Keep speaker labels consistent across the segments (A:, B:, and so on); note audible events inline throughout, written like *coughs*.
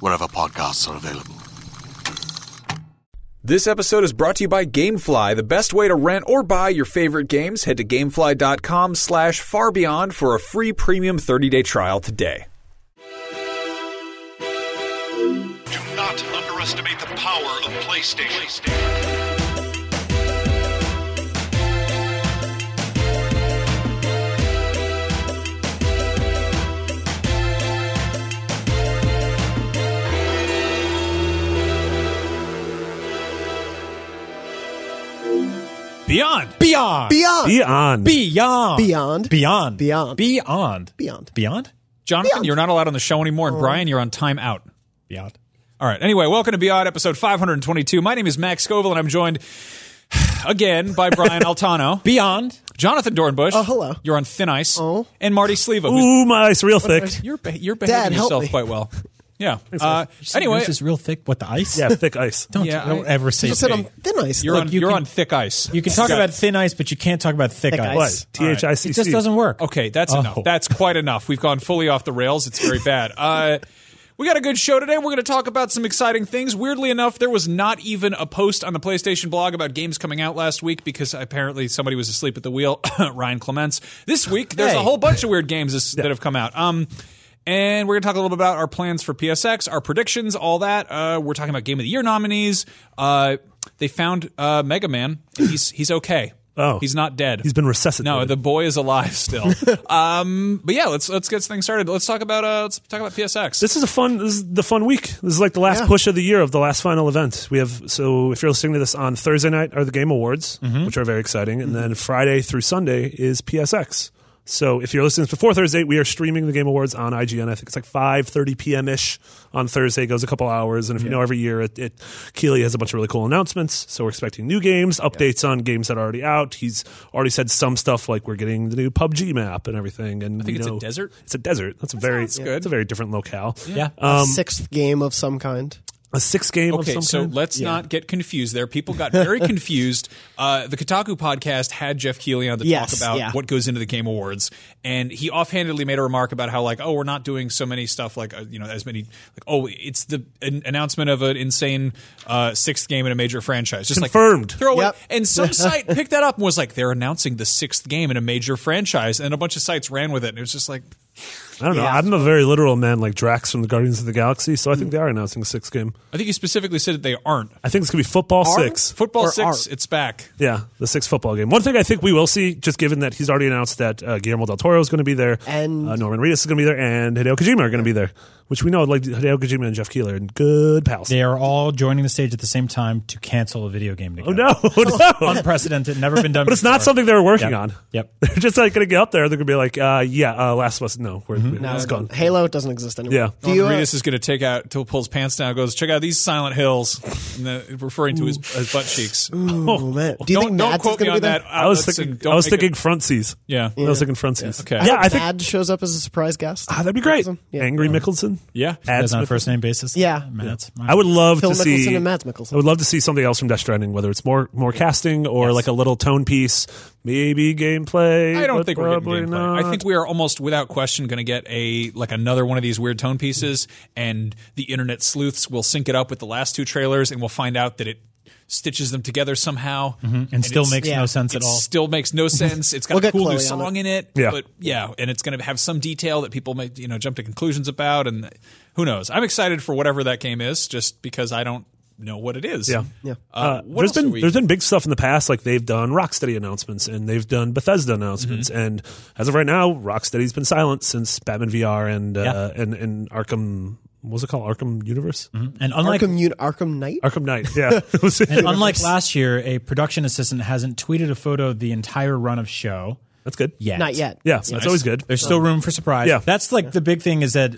A: wherever podcasts are available.
B: This episode is brought to you by GameFly. The best way to rent or buy your favorite games, head to gamefly.com slash farbeyond for a free premium 30-day trial today.
C: Do not underestimate the power of PlayStation.
D: Beyond.
E: Beyond.
D: Beyond.
E: Beyond. Beyond.
F: Beyond.
E: Beyond.
F: Beyond.
E: Beyond.
F: Beyond.
E: Beyond.
D: Jonathan,
F: Beyond. Oh.
D: you're not allowed on the show anymore. And Brian, you're on time out.
E: Beyond.
D: All right. Anyway, welcome to Beyond episode 522. My name is Max Scoville, and I'm joined again by
F: *laughs*
D: Brian Altano,
E: Beyond.
D: Jonathan Dornbush. Oh,
F: hello.
D: You're on thin ice. Oh. And Marty Sleva. who's-
G: Ooh, my ice real thick.
D: You're, be- you're behaving
F: Dad, help
D: yourself
F: me.
D: quite well. Yeah. Uh, anyway,
H: this is real thick. What the ice?
G: Yeah, thick ice.
H: Don't,
D: Yeah,
H: don't
D: I-
H: ever say
F: You just said um,
H: thick.
F: I'm thin ice.
D: you're,
F: Look,
D: on,
H: you
D: you're
H: can-
D: on thick ice.
H: You can talk
D: Yeah.
H: about thin ice, but you can't talk about thick,
F: Thick
H: ice.
F: ice.
G: What? T H I C C.
H: It just doesn't work.
D: Okay, that's
H: Oh.
D: enough. That's quite enough. We've gone fully off the rails. It's very
H: *laughs*
D: bad. Uh, we got a good show today. We're going to talk about some exciting things. Weirdly enough, there was not even a post on the PlayStation blog about games coming out last week because apparently somebody was asleep at the wheel. *coughs* Ryan Clements. This week, there's a
H: Hey.
D: whole bunch of weird games this, that have come out. Um, and we're going to talk a little bit about our plans for PSX, our predictions, all that. Uh, we're talking about Game of the Year nominees. Uh, they found uh, Mega Man. and He's he's okay.
G: Oh.
D: he's not dead.
G: He's been resuscitated.
D: No, the boy is alive still. *laughs* um, but yeah, let's let's get things started. Let's talk about uh, let's talk about PSX.
G: This is a fun. This is the fun week. This is like the last push of the year of the last final event. We have so if you're listening to this on Thursday night are the Game Awards,
D: Mm-hmm.
G: which are very exciting, and then Friday through Sunday is PSX. So if you're listening before Thursday, we are streaming the Game Awards on IGN. I think it's like 5:30 p.m. ish on Thursday. It goes a couple hours, and if you know every year, it, it Keeley has a bunch of really cool announcements. So we're expecting new games, updates on games that are already out. He's already said some stuff like we're getting the new PUBG map and everything. And I
D: think it's a desert.
G: It's a desert. That's a very
D: good.
G: It's a very different locale
H: Yeah.
G: um,
F: sixth game of some kind.
G: a six game of
D: Uh, Okay,
G: some
D: so
G: kind?
D: let's not get confused there. People got
F: *laughs*
D: very confused. Uh, the Kotaku podcast had Jeff Keighley on to
F: Yes,
D: talk about
F: yeah.
D: what goes into the Game Awards, and he offhandedly made a remark about how like, oh, we're not doing so many stuff like uh, you know as many like oh, it's the an- announcement of an insane uh, sixth game in a major franchise. Just
G: Confirmed.
D: Like, throw
F: Yep.
D: it, and
F: *laughs*
D: some site picked that up and was like, they're announcing the sixth game in a major franchise, and a bunch of sites ran with it, and it was just like.
G: I don't know. I'm a very literal man, like Drax from the Guardians of the Galaxy. So I think they are announcing a six game.
D: I think you specifically said that they aren't.
G: I think it's gonna be football six.
D: Football
F: Or
D: six,
F: aren't.
D: it's back.
G: yeah, the six football game. One thing I think we will see, just given that he's already announced that uh, Guillermo del Toro is going to be there,
F: And-
G: uh, Norman Reedus is going to be there, and Hideo Kojima are going to be there, which we know like Hideo Kojima and Jeff Keeler and good pals.
H: They are all joining the stage at the same time to cancel a video game together.
G: Oh no, no. *laughs*
H: Unprecedented. Never been done
G: but it's not
H: before.
G: something they were working
H: Yep.
G: on.
H: Yep.
G: *laughs* They're just like going to get up there. They're going to be like, uh, yeah, uh, Last of Us. No, we're,
D: Mm-hmm.
G: it's gone.
F: Halo doesn't exist anymore.
G: Yeah.
F: Do you, uh,
D: Reedus is going to take out till pulls pants down. and Goes check out these Silent Hills, and the, referring to his, his butt cheeks.
F: oh, man. Do you
D: don't don't
F: think Mads is
D: quote me
F: going to
D: on
F: be there?
D: that.
G: I was
D: outlets,
G: thinking.
D: and don't
G: I was
D: make it-
G: thinking front seas.
D: Yeah.
G: I was thinking front seas.
D: Okay.
G: Yeah, I think
F: Mad shows up as a surprise guest.
G: Ah, that'd be great.
F: Yeah.
G: Angry Mickelson.
D: Yeah.
G: Ads
H: That's on a
G: Mickelson.
H: first name basis.
F: Yeah.
H: Man, that's-
G: I would love
F: Phil
G: to
F: Mickelson
G: see.
F: and Mads Mickelson.
G: I would love to see something else from Death Stranding, whether it's more more casting or like a little tone piece, maybe gameplay.
D: I don't
G: but
D: think we're
G: probably
D: getting gameplay.
G: Not.
D: I think we are almost without question going to get a like another one of these weird tone pieces, and the internet sleuths will sync it up with the last two trailers, and we'll find out that it stitches them together somehow,
G: Mm-hmm.
H: and, still
D: it's-
H: makes
F: yeah.
H: no sense
D: it
H: at all.
D: still makes no sense. It's got
F: We'll
D: a
F: get
D: cool new
F: Chloe on
D: song in it,
G: Yeah.
D: but yeah, and it's going to have some detail that people may you know jump to conclusions about, and who knows? I'm excited for whatever that game is, just because I don't know what it is.
G: Yeah.
F: Yeah.
D: Uh, what
G: there's
D: else
G: been
D: are we-
G: there's been big stuff in the past, like they've done Rocksteady announcements and they've done Bethesda announcements,
D: Mm-hmm.
G: and as of right now, Rocksteady's been silent since Batman VR and uh,
H: Yeah.
G: and and Arkham. What was it called? Arkham Universe?
D: Mm-hmm.
H: and unlike
F: Arkham, Un- Arkham Knight?
G: Arkham
D: *laughs*
G: Knight. Yeah. *laughs* It was-
D: uh,
H: and unlike last year, a production assistant hasn't tweeted a photo of the entire run of show
G: that's good.
H: yet.
F: Not yet.
G: Yeah. That's always good.
H: There's still room for surprise.
G: Yeah.
H: That's like the big thing is that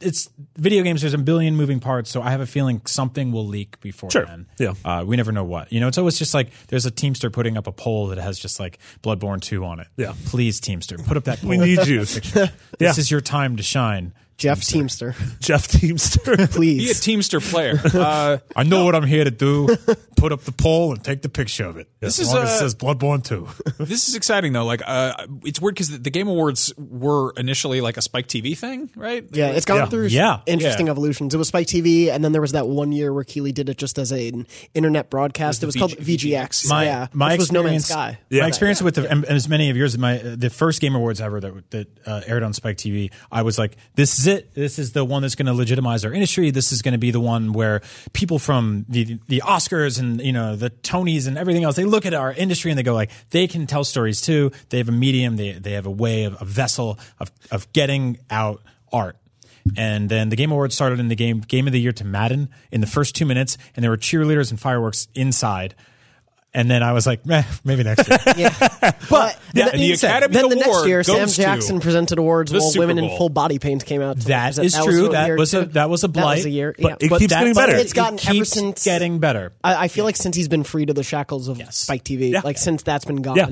H: it's video games. There's a billion moving parts, so I have a feeling something will leak before
G: Sure.
H: then.
G: Yeah.
H: uh, we never know what. You know, it's always just like there's a Teamster putting up a poll that has just like Bloodborne two on it.
G: Yeah.
H: please Teamster, put up that. Poll.
G: We need *laughs* you,
H: This is your time to shine.
F: Jeff
G: *laughs*
F: Teamster.
G: Jeff *laughs* Teamster.
D: Be a
F: Please.
D: Teamster player. Uh,
H: I know what I'm here
G: *laughs*
H: to do. Put up the poll and take the picture of it. This
D: is, long as it uh, says
H: Bloodborne
G: *laughs*
H: 2.
D: this is exciting though. Like, uh, it's weird because the, the Game Awards were initially like a Spike TV thing, right?
F: Yeah, it's gone
G: Yeah.
F: through
H: Yeah.
F: interesting
D: Yeah.
F: evolutions. It was Spike TV, and then there was that one year where Keeley did it just as an internet broadcast. It was,
D: the
F: called
D: VG
F: VGX.
H: my
F: yeah,
H: my
F: which was No Man's
H: experience-
F: Sky.
H: My experience with the, and as many of yours, my uh, the first Game Awards ever that that uh, aired on Spike TV, I was like, this is it. This is the one that's going to legitimize our industry. This is going to be the one where people from the the Oscars and you know the Tonys and everything else, they look at our industry and they go like, they can tell stories too. They have a medium. They they have a way of a vessel of of getting out art. And then the Game Awards started in the game Game of the Year to Madden in the first two minutes, and there were cheerleaders and fireworks inside. And then I was like, meh, maybe next year.
F: But
H: Yeah,
F: that
H: and
F: being
H: the
F: said,
D: Academy
F: then the
D: Award
F: next year, Sam
D: goes to
F: Jackson presented awards
D: the
F: while
D: Super
F: women in
D: Bowl.
F: full body paint came out. To
H: That
F: represent-
H: is
F: was
H: true.
F: a
H: That
F: year,
H: was a
F: too.
H: that was a blight.
F: That was a year.
H: but
F: yeah.
G: it keeps
H: that's-
G: getting better.
H: It
F: It's gotten
H: keeps
F: ever since-
H: getting better.
F: I, I feel like since he's been free to the shackles of Spike TV, like since that's been gone,
G: Yeah.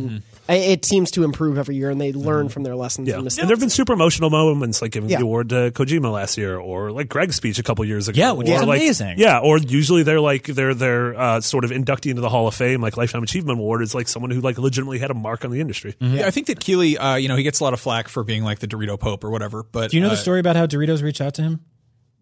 F: I- it seems to improve every year, and they learn from their lessons
G: Yeah.
F: and
G: And
F: mistakes.
G: there have been super emotional moments, like giving
F: Yeah.
G: the award to Kojima last year, or like Greg's speech a couple years ago.
H: Yeah, which
G: or,
H: is
G: like-
H: amazing.
G: Yeah, or usually they're like they're they're uh, sort of inductee into the Hall of Fame, like Lifetime Achievement Award is like someone who like legitimately had a mark on the industry.
D: Yeah, I think that Keeley, uh, you know, he gets a lot of flack for being like the Dorito Pope or whatever. But
H: Do you know the
D: uh,
H: story about how Doritos reached out to him?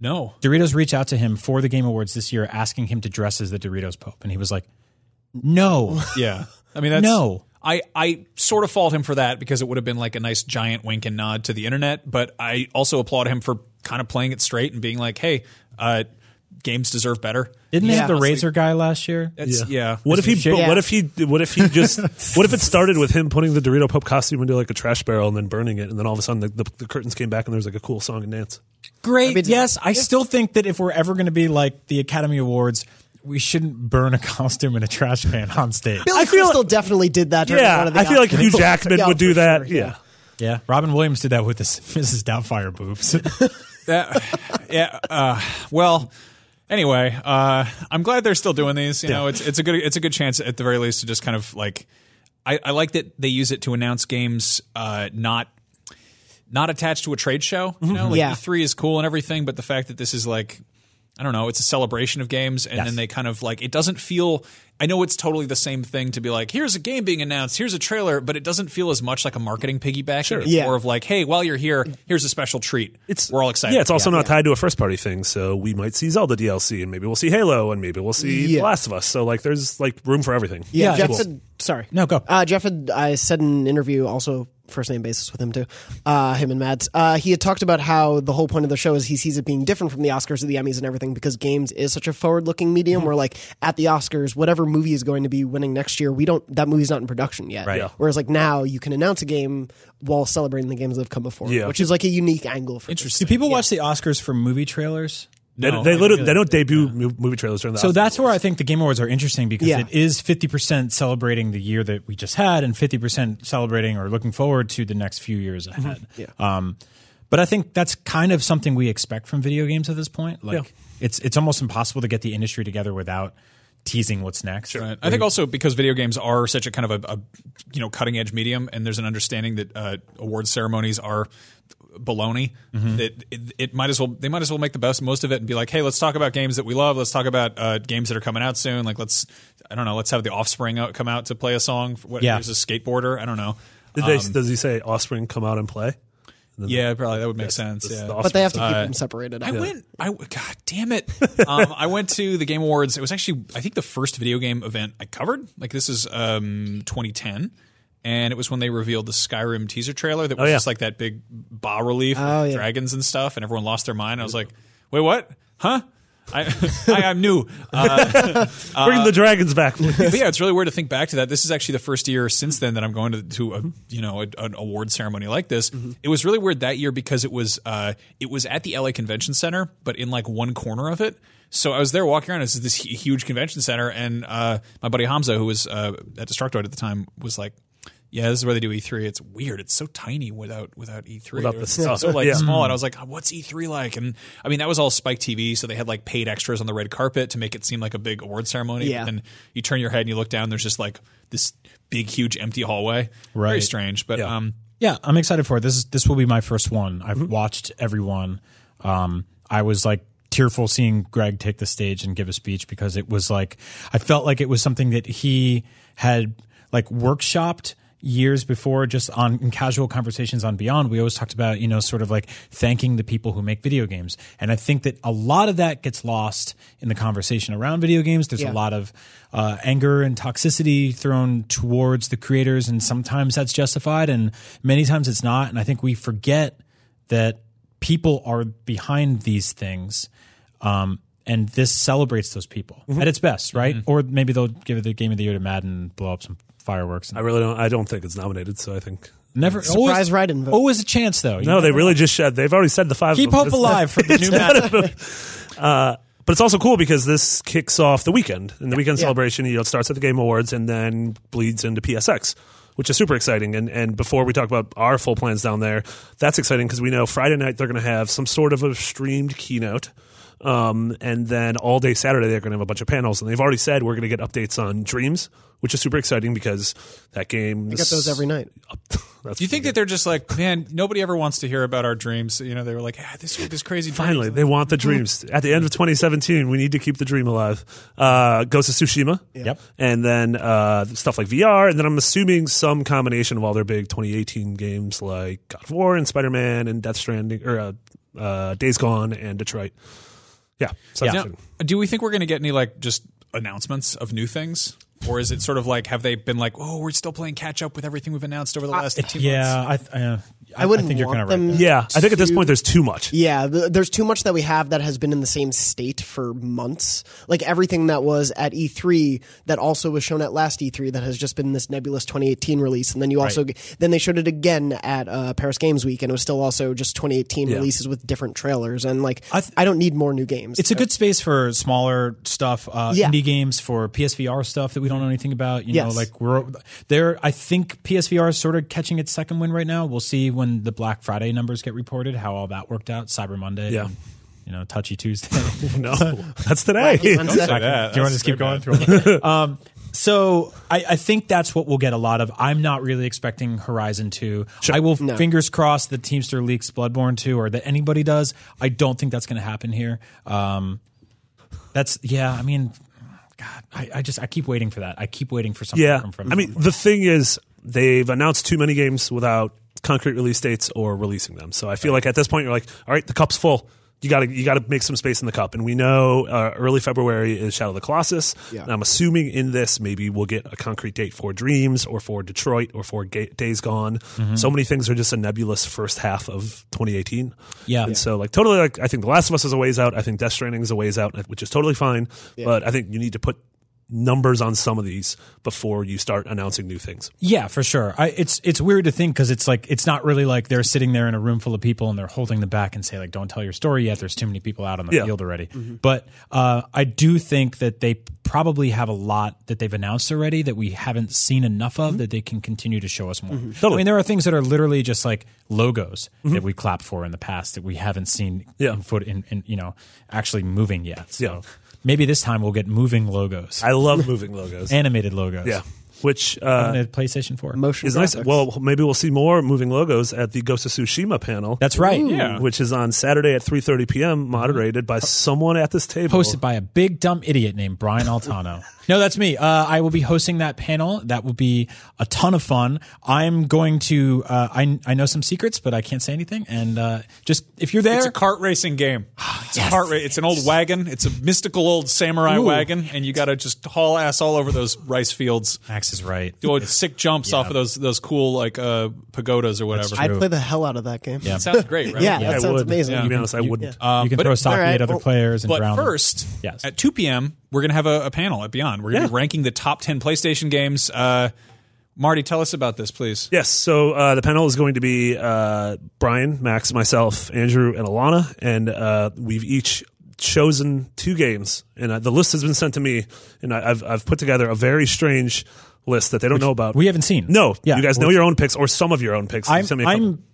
D: No.
H: Doritos reached out to him for the Game Awards this year, asking him to dress as the Doritos Pope, and he was like, *laughs* "No,
D: Yeah. I mean, that's
H: No.
D: I, I sort of fault him for that because it would have been like a nice giant wink and nod to the internet. But I also applaud him for kind of playing it straight and being like, hey, uh, games deserve better.
H: didn't they have the
D: honestly.
H: Razor guy last year?"
D: That's, yeah.
G: What if he?
H: Shit.
G: but
F: Yeah.
G: What if he? What if he
F: *laughs*
G: just? what if it started with him putting the Dorito Pope costume into like a trash barrel and then burning it, and then all of a sudden the, the, the curtains came back and there was like a cool song and dance.
H: great. yes, I still think that if we're ever going to be like the Academy Awards, we shouldn't burn a *laughs* costume in a trash can on stage.
F: Billy
G: I feel-
F: Crystal definitely did that. during one
G: Yeah,
F: of the
G: I feel like Hugh
F: Oscars.
G: Jackman
F: Yeah,
G: would do
F: for
G: that.
F: sure,
G: yeah.
H: yeah, Robin Williams did that with his *laughs* Mrs. Doubtfire boobs.
D: That, yeah. Uh, well, anyway, uh, I'm glad they're still doing these. You know, it's it's a good it's a good chance at the very least to just kind of like, I, I like that they use it to announce games, uh, not not attached to a trade show. You
G: Mm-hmm.
D: know, like
F: Yeah.
D: E3 is cool and everything, but the fact that this is like. I don't know. It's a celebration of games, and then they kind of like it doesn't feel. I know it's totally the same thing to be like, here's a game being announced, here's a trailer, but it doesn't feel as much like a marketing piggyback. It's
F: Yeah.
D: more of like, hey, while you're here, here's a special treat.
G: It's
D: we're all excited.
G: Yeah, it's also not tied to a first party thing, so we might see Zelda DLC, and maybe we'll see Halo, and maybe we'll see
F: Yeah.
G: The Last of Us. So like, there's like room for everything.
F: Yeah,
H: Yeah,
F: Jeff
H: it's-
F: had, sorry.
H: No, *laughs* go.
F: Uh, Jeff had, I said in an interview, also first name basis with him too, uh, him and Mads. Uh, he had talked about how the whole point of the show is he sees it being different from the Oscars or the Emmys and everything because games is such a forward looking medium where, like, at the Oscars, whatever movie is going to be winning next year, we don't, that movie's not in production yet.
H: Right. Yeah.
F: Whereas, like, now you can announce a game while celebrating the games that have come before,
G: Yeah.
F: which is like a unique angle for Interesting.
H: Do people watch the Oscars for movie trailers?
G: They, they literally they don't debut mo- movie trailers during the
H: So
G: Oscars.
H: that's where I think the Game Awards are interesting because
F: Yeah.
H: it is 50% celebrating the year that we just had and 50% celebrating or looking forward to the next few years
F: Mm-hmm.
H: ahead. Um, but I think that's kind of something we expect from video games at this point. Like it's it's almost impossible to get the industry together without teasing what's next.
D: Right. I think also because video games are such a kind of a, a you know cutting edge medium, and there's an understanding that uh, award ceremonies are baloney. That it, it might as well they might as well make the best most of it and be like, hey, let's talk about games that we love. Let's talk about uh, games that are coming out soon. Like let's I don't know, let's have the Offspring out, come out to play a song. For what,
H: Yeah.
D: here's a skateboarder. I don't know.
G: Did they, does he say offspring come out and play? And then
D: Yeah, probably that would make sense.
G: the-
D: Yeah.
G: the
F: but they have to keep
G: offspring-
D: Uh,
F: them separated.
D: I
F: Yeah.
D: went. I God damn it! *laughs* Um, I went to the Game Awards. It was actually I think the first video game event I covered. Like this is um, 2010, and it was when they revealed the Skyrim teaser trailer that was
G: yeah.
D: just like that big bas relief with
F: Oh, yeah.
D: dragons and stuff, and everyone lost their mind. I was like, wait, what? Huh? I, *laughs* I I'm new. Uh,
G: Bring the dragons back. please. *laughs*
D: but yeah, it's really weird to think back to that. This is actually the first year since then that I'm going to, to a, you know a, an award ceremony like this. It was really weird that year because it was uh, it was at the LA Convention Center, but in like one corner of it. So I was there walking around. It's this hu- huge convention center, and uh, my buddy Hamza, who was uh, at Destructoid at the time, was like. Yeah, this is where they do E3. It's weird. It's so tiny without without E3.
G: Without
D: It
G: the
D: was
G: stuff.
D: So like
G: *laughs* Yeah.
D: small, and I was like, "Oh, "What's E3 like?" And I mean, that was all Spike TV, so they had like paid extras on the red carpet to make it seem like a big award ceremony.
F: Yeah.
D: But then you turn your head and you look down. There's just like this big, huge, empty hallway. Very
H: Right.
D: strange, but
G: Yeah.
D: um,
H: Yeah, I'm excited for it. This is this will be my first one. I've watched everyone. Um, I was like tearful seeing Greg take the stage and give a speech because it was like I felt like it was something that he had like workshopped years before just on in casual conversations on beyond we always talked about you know sort of like thanking the people who make video games and i think that a lot of that gets lost in the conversation around video games there's
F: Yeah.
H: a lot of uh, anger and toxicity thrown towards the creators, and sometimes that's justified, and many times it's not. And I think we forget that people are behind these things, um, and this celebrates those people
F: Mm-hmm.
H: at its best, right? Or maybe they'll give it the game of the year to Madden, and blow up some fireworks.
G: I
H: And
G: really don't. I don't think it's nominated. So I think
H: never
F: Surprise
H: always,
F: write-in vote.
H: Always a chance, though. You
G: no. They really just shed. They've already said the five. of
H: keep
G: them.
H: hope
G: *laughs* It's- Uh,
H: alive for the new Madden.
G: But it's also cool because this kicks off the weekend, and the weekend
F: Yeah.
G: celebration. You know, it starts at the Game Awards and then bleeds into PSX, which is super exciting. And and before we talk about our full plans down there, that's exciting because we know Friday night they're going to have some sort of a streamed keynote. Um, and then all day Saturday they're going to have a bunch of panels, and they've already said we're going to get updates on Dreams, which is super exciting because that game.
F: I get those every night.
G: *laughs* That's
D: do you think that they're just like, man, nobody ever wants to hear about our dreams? You know, they were like, ah, this this crazy. dreams."
G: Finally, they want the dreams. At the end of 2017, we need to keep the dream alive. Uh, Ghost of Tsushima.
H: Yep.
G: And then uh, stuff like VR. And then I'm assuming some combination of all their big 2018 games like God of War and Spider Man and Death Stranding or uh, uh, Days Gone and Detroit. Yeah. So
D: Now, do we think we're going to get any like just announcements of new things? Or is it sort of like have they been like, oh, we're still playing catch up with everything we've announced over the last eighteen months?
H: yeah, I, th- uh, I, I
F: wouldn't
H: think you're
F: want
H: kind of
F: them-
H: right. there.
G: Yeah. I think at this point, there's too much.
H: *laughs*
F: Yeah, th- there's too much that we have that has been in the same state for months. Like everything that was at E3 that also was shown at last E3 that has just been this nebulous 2018 release, and then you also g then they showed it again at uh, Paris Games Week, and it was still also just 2018 releases with different trailers. And like, I,
H: th-
F: don't need more new games.
H: It's a good space for smaller stuff, uh,
F: Yeah.
H: indie games, for PSVR stuff that we don't know anything about. You
F: Yes.
H: know, like we're there. I think PSVR is sort of catching its second wind right now. We'll see when the Black Friday numbers get reported how all that worked out. Cyber Monday,
G: Yeah.
H: and, you know, Touchy Tuesday. *laughs*
G: No. *laughs* That's *laughs* today.
F: Wednesday.
H: Back- Do you want to just keep going? through? um, so I, I think that's what we'll get a lot of. I'm not really expecting Horizon 2. I will fingers crossed that Teamster leaks Bloodborne 2 or that anybody does. I don't think that's going to happen here. Um, that's yeah. I mean, God, I, I just I keep waiting for that. I keep waiting for something
G: Yeah,
H: from from.
G: I mean, the thing is, they've announced too many games without concrete release dates or releasing them. So I feel like at this point, you're like, all right, the cup's full. You gotta you gotta make some space in the cup, and we know uh, early February is Shadow of the Colossus. And I'm assuming in this maybe we'll get a concrete date for Dreams or for Detroit or for Ga- Days Gone.
H: Mm-hmm.
G: So many things are just a nebulous first half of 2018.
H: Yeah.
G: and
H: Yeah.
G: so like totally like I think The Last of Us is a ways out. I think Death Stranding is a ways out, which is totally fine. But I think you need to put numbers on some of these before you start announcing new things.
H: Yeah, for sure. I, it's it's weird to think because it's like it's not really like they're sitting there in a room full of people and they're holding them back and say like, "Don't tell your story yet." There's too many people out on the
G: Yeah. Mm-hmm.
H: field already. But uh, I do think that they probably have a lot that they've announced already that we haven't seen enough
G: Mm-hmm.
H: of that they can continue to show us more. I mean, there are things that are literally just like logos that we clap for in the past that we haven't seen
G: Mm-hmm. Yeah.
H: in foot in, in you know actually moving yet. So
G: Yeah.
H: maybe this time we'll get moving logos, *laughs*
G: I love moving logos.
H: animated logos.
G: yeah. which
H: on
G: uh,
H: the PlayStation 4.
F: Motion
G: is nice.
F: graphics.
G: Well, maybe we'll see more moving logos at the Ghost of Tsushima panel.
H: That's right.
D: Yeah.
G: which is on Saturday at 3:30 p.m. moderated by someone at this table.
H: Posted by a big dumb idiot named Brian Altano. no, that's me. Uh, I will be hosting that panel. That will be a ton of fun. I'm going to. Uh, I I know some secrets, but I can't say anything. And uh, just if you're there,
D: It's a cart racing game. It's a cart ra- It's an old wagon. It's a mystical old samurai wagon, and you got to just haul ass all over those rice fields.
H: Max is right.
D: Do sick jumps off of those those cool like uh, pagodas or whatever.
F: I'd play the hell out of that game. Yeah,
D: Sounds great, right?
F: yeah,
G: I
F: that sounds
G: would.
F: amazing.
G: To be honest, I wouldn't.
H: you can
D: but-
H: throw a sock
F: all right,
H: at other
F: well-
H: players and
D: But
H: drown them.
D: first,
H: Yes.
D: at 2 p.m., we're going to have a, a panel at Beyond. We're going to be ranking the top 10 PlayStation games. Uh, Marty, tell us about this, please.
G: Yes. So uh, the panel is going to be uh, Brian, Max, myself, Andrew, and Alana, and uh, we've each chosen two games, and uh, the list has been sent to me, and I, I've I've put together a very strange list that they don't know about.
H: we haven't seen.
G: No,
H: Yeah.
G: you guys know
H: Well,
G: your own picks or some of your own picks. You
H: I'm
G: sent me a couple.
H: I'm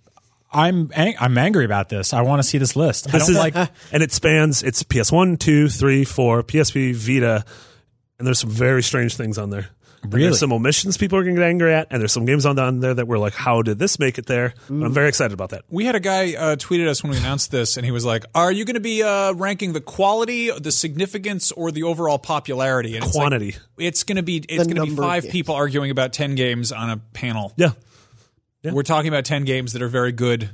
H: I'm ang- I'm angry about this. I want to see this list. I
G: This
H: don't
G: is
H: like.
G: and it spans. It's PS1, 2, 3, 4, PSP, Vita, and there's some very strange things on there. And
H: Really?
G: There's some omissions people are going to get angry at, and there's some games on, on there that were like, "How did this make it there?"
H: Mm.
G: I'm very excited about that.
D: We had a guy uh, tweeted us when we announced this, and he was like, "Are you going to be uh, ranking the quality, the significance, or the overall popularity?" And it's like,
G: Quantity.
D: It's going to be it's going to be
F: number of
D: five
F: games.
D: people arguing about ten games on a panel.
G: Yeah,
D: We're talking about ten games that are very good.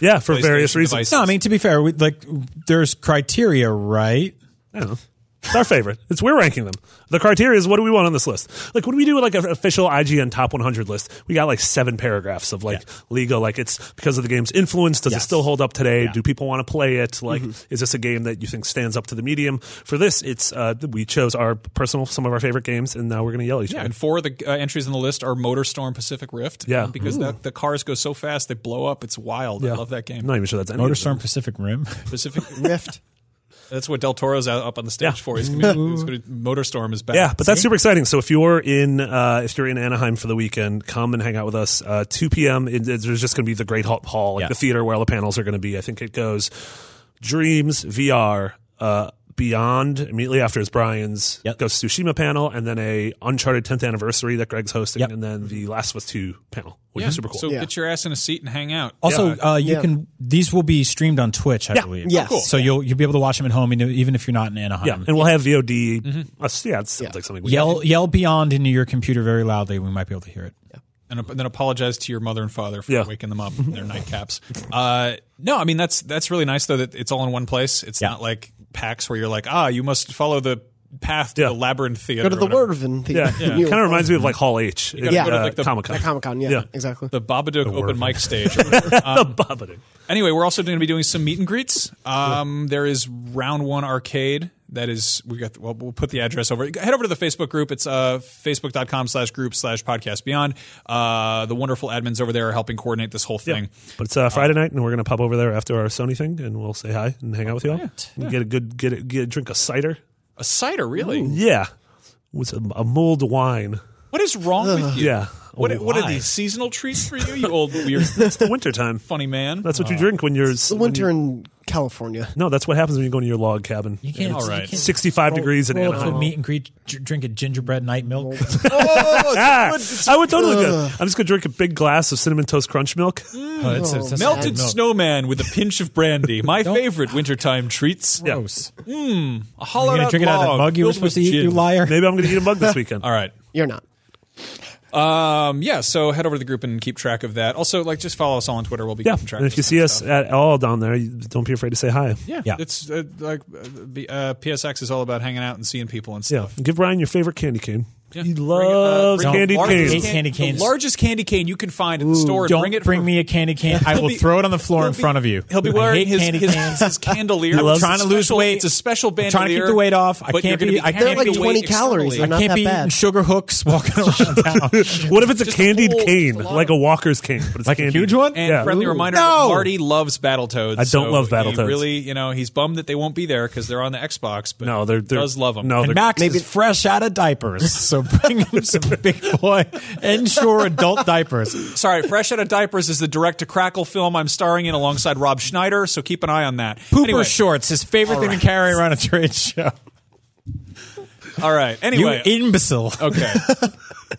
G: yeah, for various
D: PlayStation
G: reasons.
D: devices.
H: No, I mean to be fair, we, like there's criteria, right?
G: I don't know. It's our favorite. It's we're ranking them. The criteria is what do we want on this list? Like when we do like an official IGN top 100 list, we got like seven paragraphs of like Lego. Like it's because of the game's influence. Does it
H: Yes.
G: still hold up today? Do people want to play it? Like
D: Mm-hmm.
G: is this a game that you think stands up to the medium? For this, it's uh, we chose our personal some of our favorite games, and now we're gonna yell at each
D: Yeah,
G: other.
D: and four of the uh, entries in the list are Motor Storm Pacific Rift.
G: Yeah.
D: because the, the cars go so fast they blow up. It's wild. I love that game.
G: I'm not even sure that's any of
H: Motor
G: them.
H: Storm Pacific Rim. *laughs*
D: Pacific.
F: *laughs* Rift.
D: That's what Del Toro's out up on the stage for. He's gonna be, he's gonna, Motor Storm is back.
G: Yeah, but that's super exciting. So if you're in uh, if you're in Anaheim for the weekend, come and hang out with us. Uh, 2 p.m. It, it- there's just going to be the Great Hall, hall like
H: Yeah.
G: the theater where all the panels are going to be. I think it goes Dreams VR. Uh, Beyond immediately after is Brian's
H: Yep.
G: Ghost of Tsushima panel, and then a Uncharted 10th anniversary that Greg's hosting,
H: Yep.
G: and then the Last of Us 2 panel, which
D: Yeah.
G: is super cool. Oh,
D: So get your ass in a seat and hang out.
H: Also, uh, you
F: Yeah.
H: can these will be streamed on Twitch, I believe.
F: Yes. Oh, cool.
H: So you'll you'll be able to watch them at home, you know, even if you're not in Anaheim.
G: yeah, and we'll have VOD.
D: Mm-hmm.
G: Uh, yeah, it sounds like something. We
H: Yell yell beyond into your computer very loudly. We might be able to hear it.
D: and, and then apologize to your mother and father for
G: Yeah.
D: waking them up in their nightcaps. Uh, no, I mean that's that's really nice though that it's all in one place. It's
H: Yeah.
D: not like PAX where you're like, ah, you must follow the path to
G: Yeah.
D: the labyrinth theater.
F: Go to
D: or
F: the
D: whatever.
F: Werven
G: Yeah,
F: theater.
G: kind of reminds me of like Hall H. uh,
D: gotta
F: go to,
D: like, the-
G: Comic *laughs* Con.
F: Comic Con. Yeah,
G: Yeah.
F: exactly.
D: The Babadook open mic stage. *laughs* or whatever. anyway, we're also going to be doing some meet and greets. Um, there is round one arcade. That is, we got. Well, we'll put the address over. Head over to the Facebook group. It's uh, facebook.com slash group slash podcast beyond. Uh, the wonderful admins over there are helping coordinate this whole thing.
G: But it's uh, Friday night, and we're gonna pop over there after our Sony thing, and we'll say hi and hang out with you all. And Get a good get a, get a drink of cider.
D: A cider, really?
G: Yeah, with a, a mulled wine.
D: What is wrong with you?
G: Yeah,
D: What,
G: Oh,
D: what are
G: why?
D: these seasonal treats for you,
H: *laughs*
D: you old weird
G: It's the winter time.
D: funny man?
G: That's what you drink when you're
F: the winter in California.
G: No, that's what happens when you go into your log cabin.
H: You can't.
D: All right.
H: You can't
G: Sixty-five degrees in
H: roll up to a
G: Anaheim.
H: meet and greet, dr- drink a gingerbread night milk. *laughs*
D: Oh,
G: Ah, I would totally go.
D: uh.
G: I'm just gonna drink a big glass of cinnamon toast crunch milk.
D: Mm.
H: Oh, it's- it's- it's-
D: Melted
H: no.
D: snowman with a pinch of brandy. My
H: Don't-
D: favorite wintertime treats. Hmm,
G: Yeah.
H: Gross.
D: A
H: You're
D: hollowed
H: gonna
D: out
H: drink it out of that
D: log
H: mug you were
D: filled with
H: supposed to eat. You
D: gin.
H: liar.
G: *laughs* Maybe I'm gonna eat a mug this weekend.
D: All right.
F: You're not.
D: Um, yeah, so head over to the group and keep track of that. Also, like, just follow us all on Twitter. We'll be
G: Yeah,
D: keeping track
G: and
D: of
G: if you
D: this
G: see
D: kind of
G: us
D: stuff.
G: at all down there, you- don't be afraid to say hi.
D: Yeah,
H: uh, Yeah.
D: it's uh, like uh, the, uh, PSX is all about hanging out and seeing people and
G: Yeah,
D: stuff.
G: give Brian your favorite candy cane.
D: Yeah.
G: He
D: Bring, uh,
G: loves
D: bring
G: candy
D: the largest
G: canes.
H: Hate candy canes.
D: The largest candy cane you can find in the store. and
H: Don't
D: bring it.
H: bring
D: from-
H: me a candy can. I
D: He'll
H: will
D: be-
H: throw it on the floor in
D: he'll be-
H: front of you.
D: He'll be
H: I
D: wearing
H: hate
D: his,
H: candy
D: his, *laughs*
H: cans.
D: his candelier.
H: loves-
D: It's a
H: trying to lose
D: special-
H: weight.
D: It's a special
H: I'm
D: bandolier.
H: trying to keep the weight off. I
D: but you're
H: can't
D: gonna
H: be- I
D: carrying
H: can't be
D: the
F: 20
D: weight
F: calories.
D: externally.
F: They're not
H: can't
F: that
H: be
F: bad.
H: eating sugar hooks walking around town.
G: What if it's a
D: Just a
G: candied
D: whole
G: cane,
D: enchilada.
G: like a walker's cane, but it's
H: Like a
G: candied.
H: huge one?
D: And
G: yeah.
D: friendly reminder, that
H: No!
D: Marty loves Battletoads.
G: I don't
D: so
G: love
D: he
G: Battletoads.
D: Really, you know, he's bummed that they won't be there because they're on the Xbox. But
G: No, they're, they're
D: does love them.
G: No,
H: And
G: they're,
H: Max is fresh out of diapers, so bring *laughs* him some big boy inshore adult diapers.
D: Sorry, Fresh Out of Diapers is the direct to crackle film I'm starring in alongside Rob Schneider, so keep an eye on that.
H: Pooper
D: Anyway,
H: shorts, his favorite thing to carry around a *laughs* trade show.
D: All right. Anyway.
H: *laughs* You imbecile.
D: okay.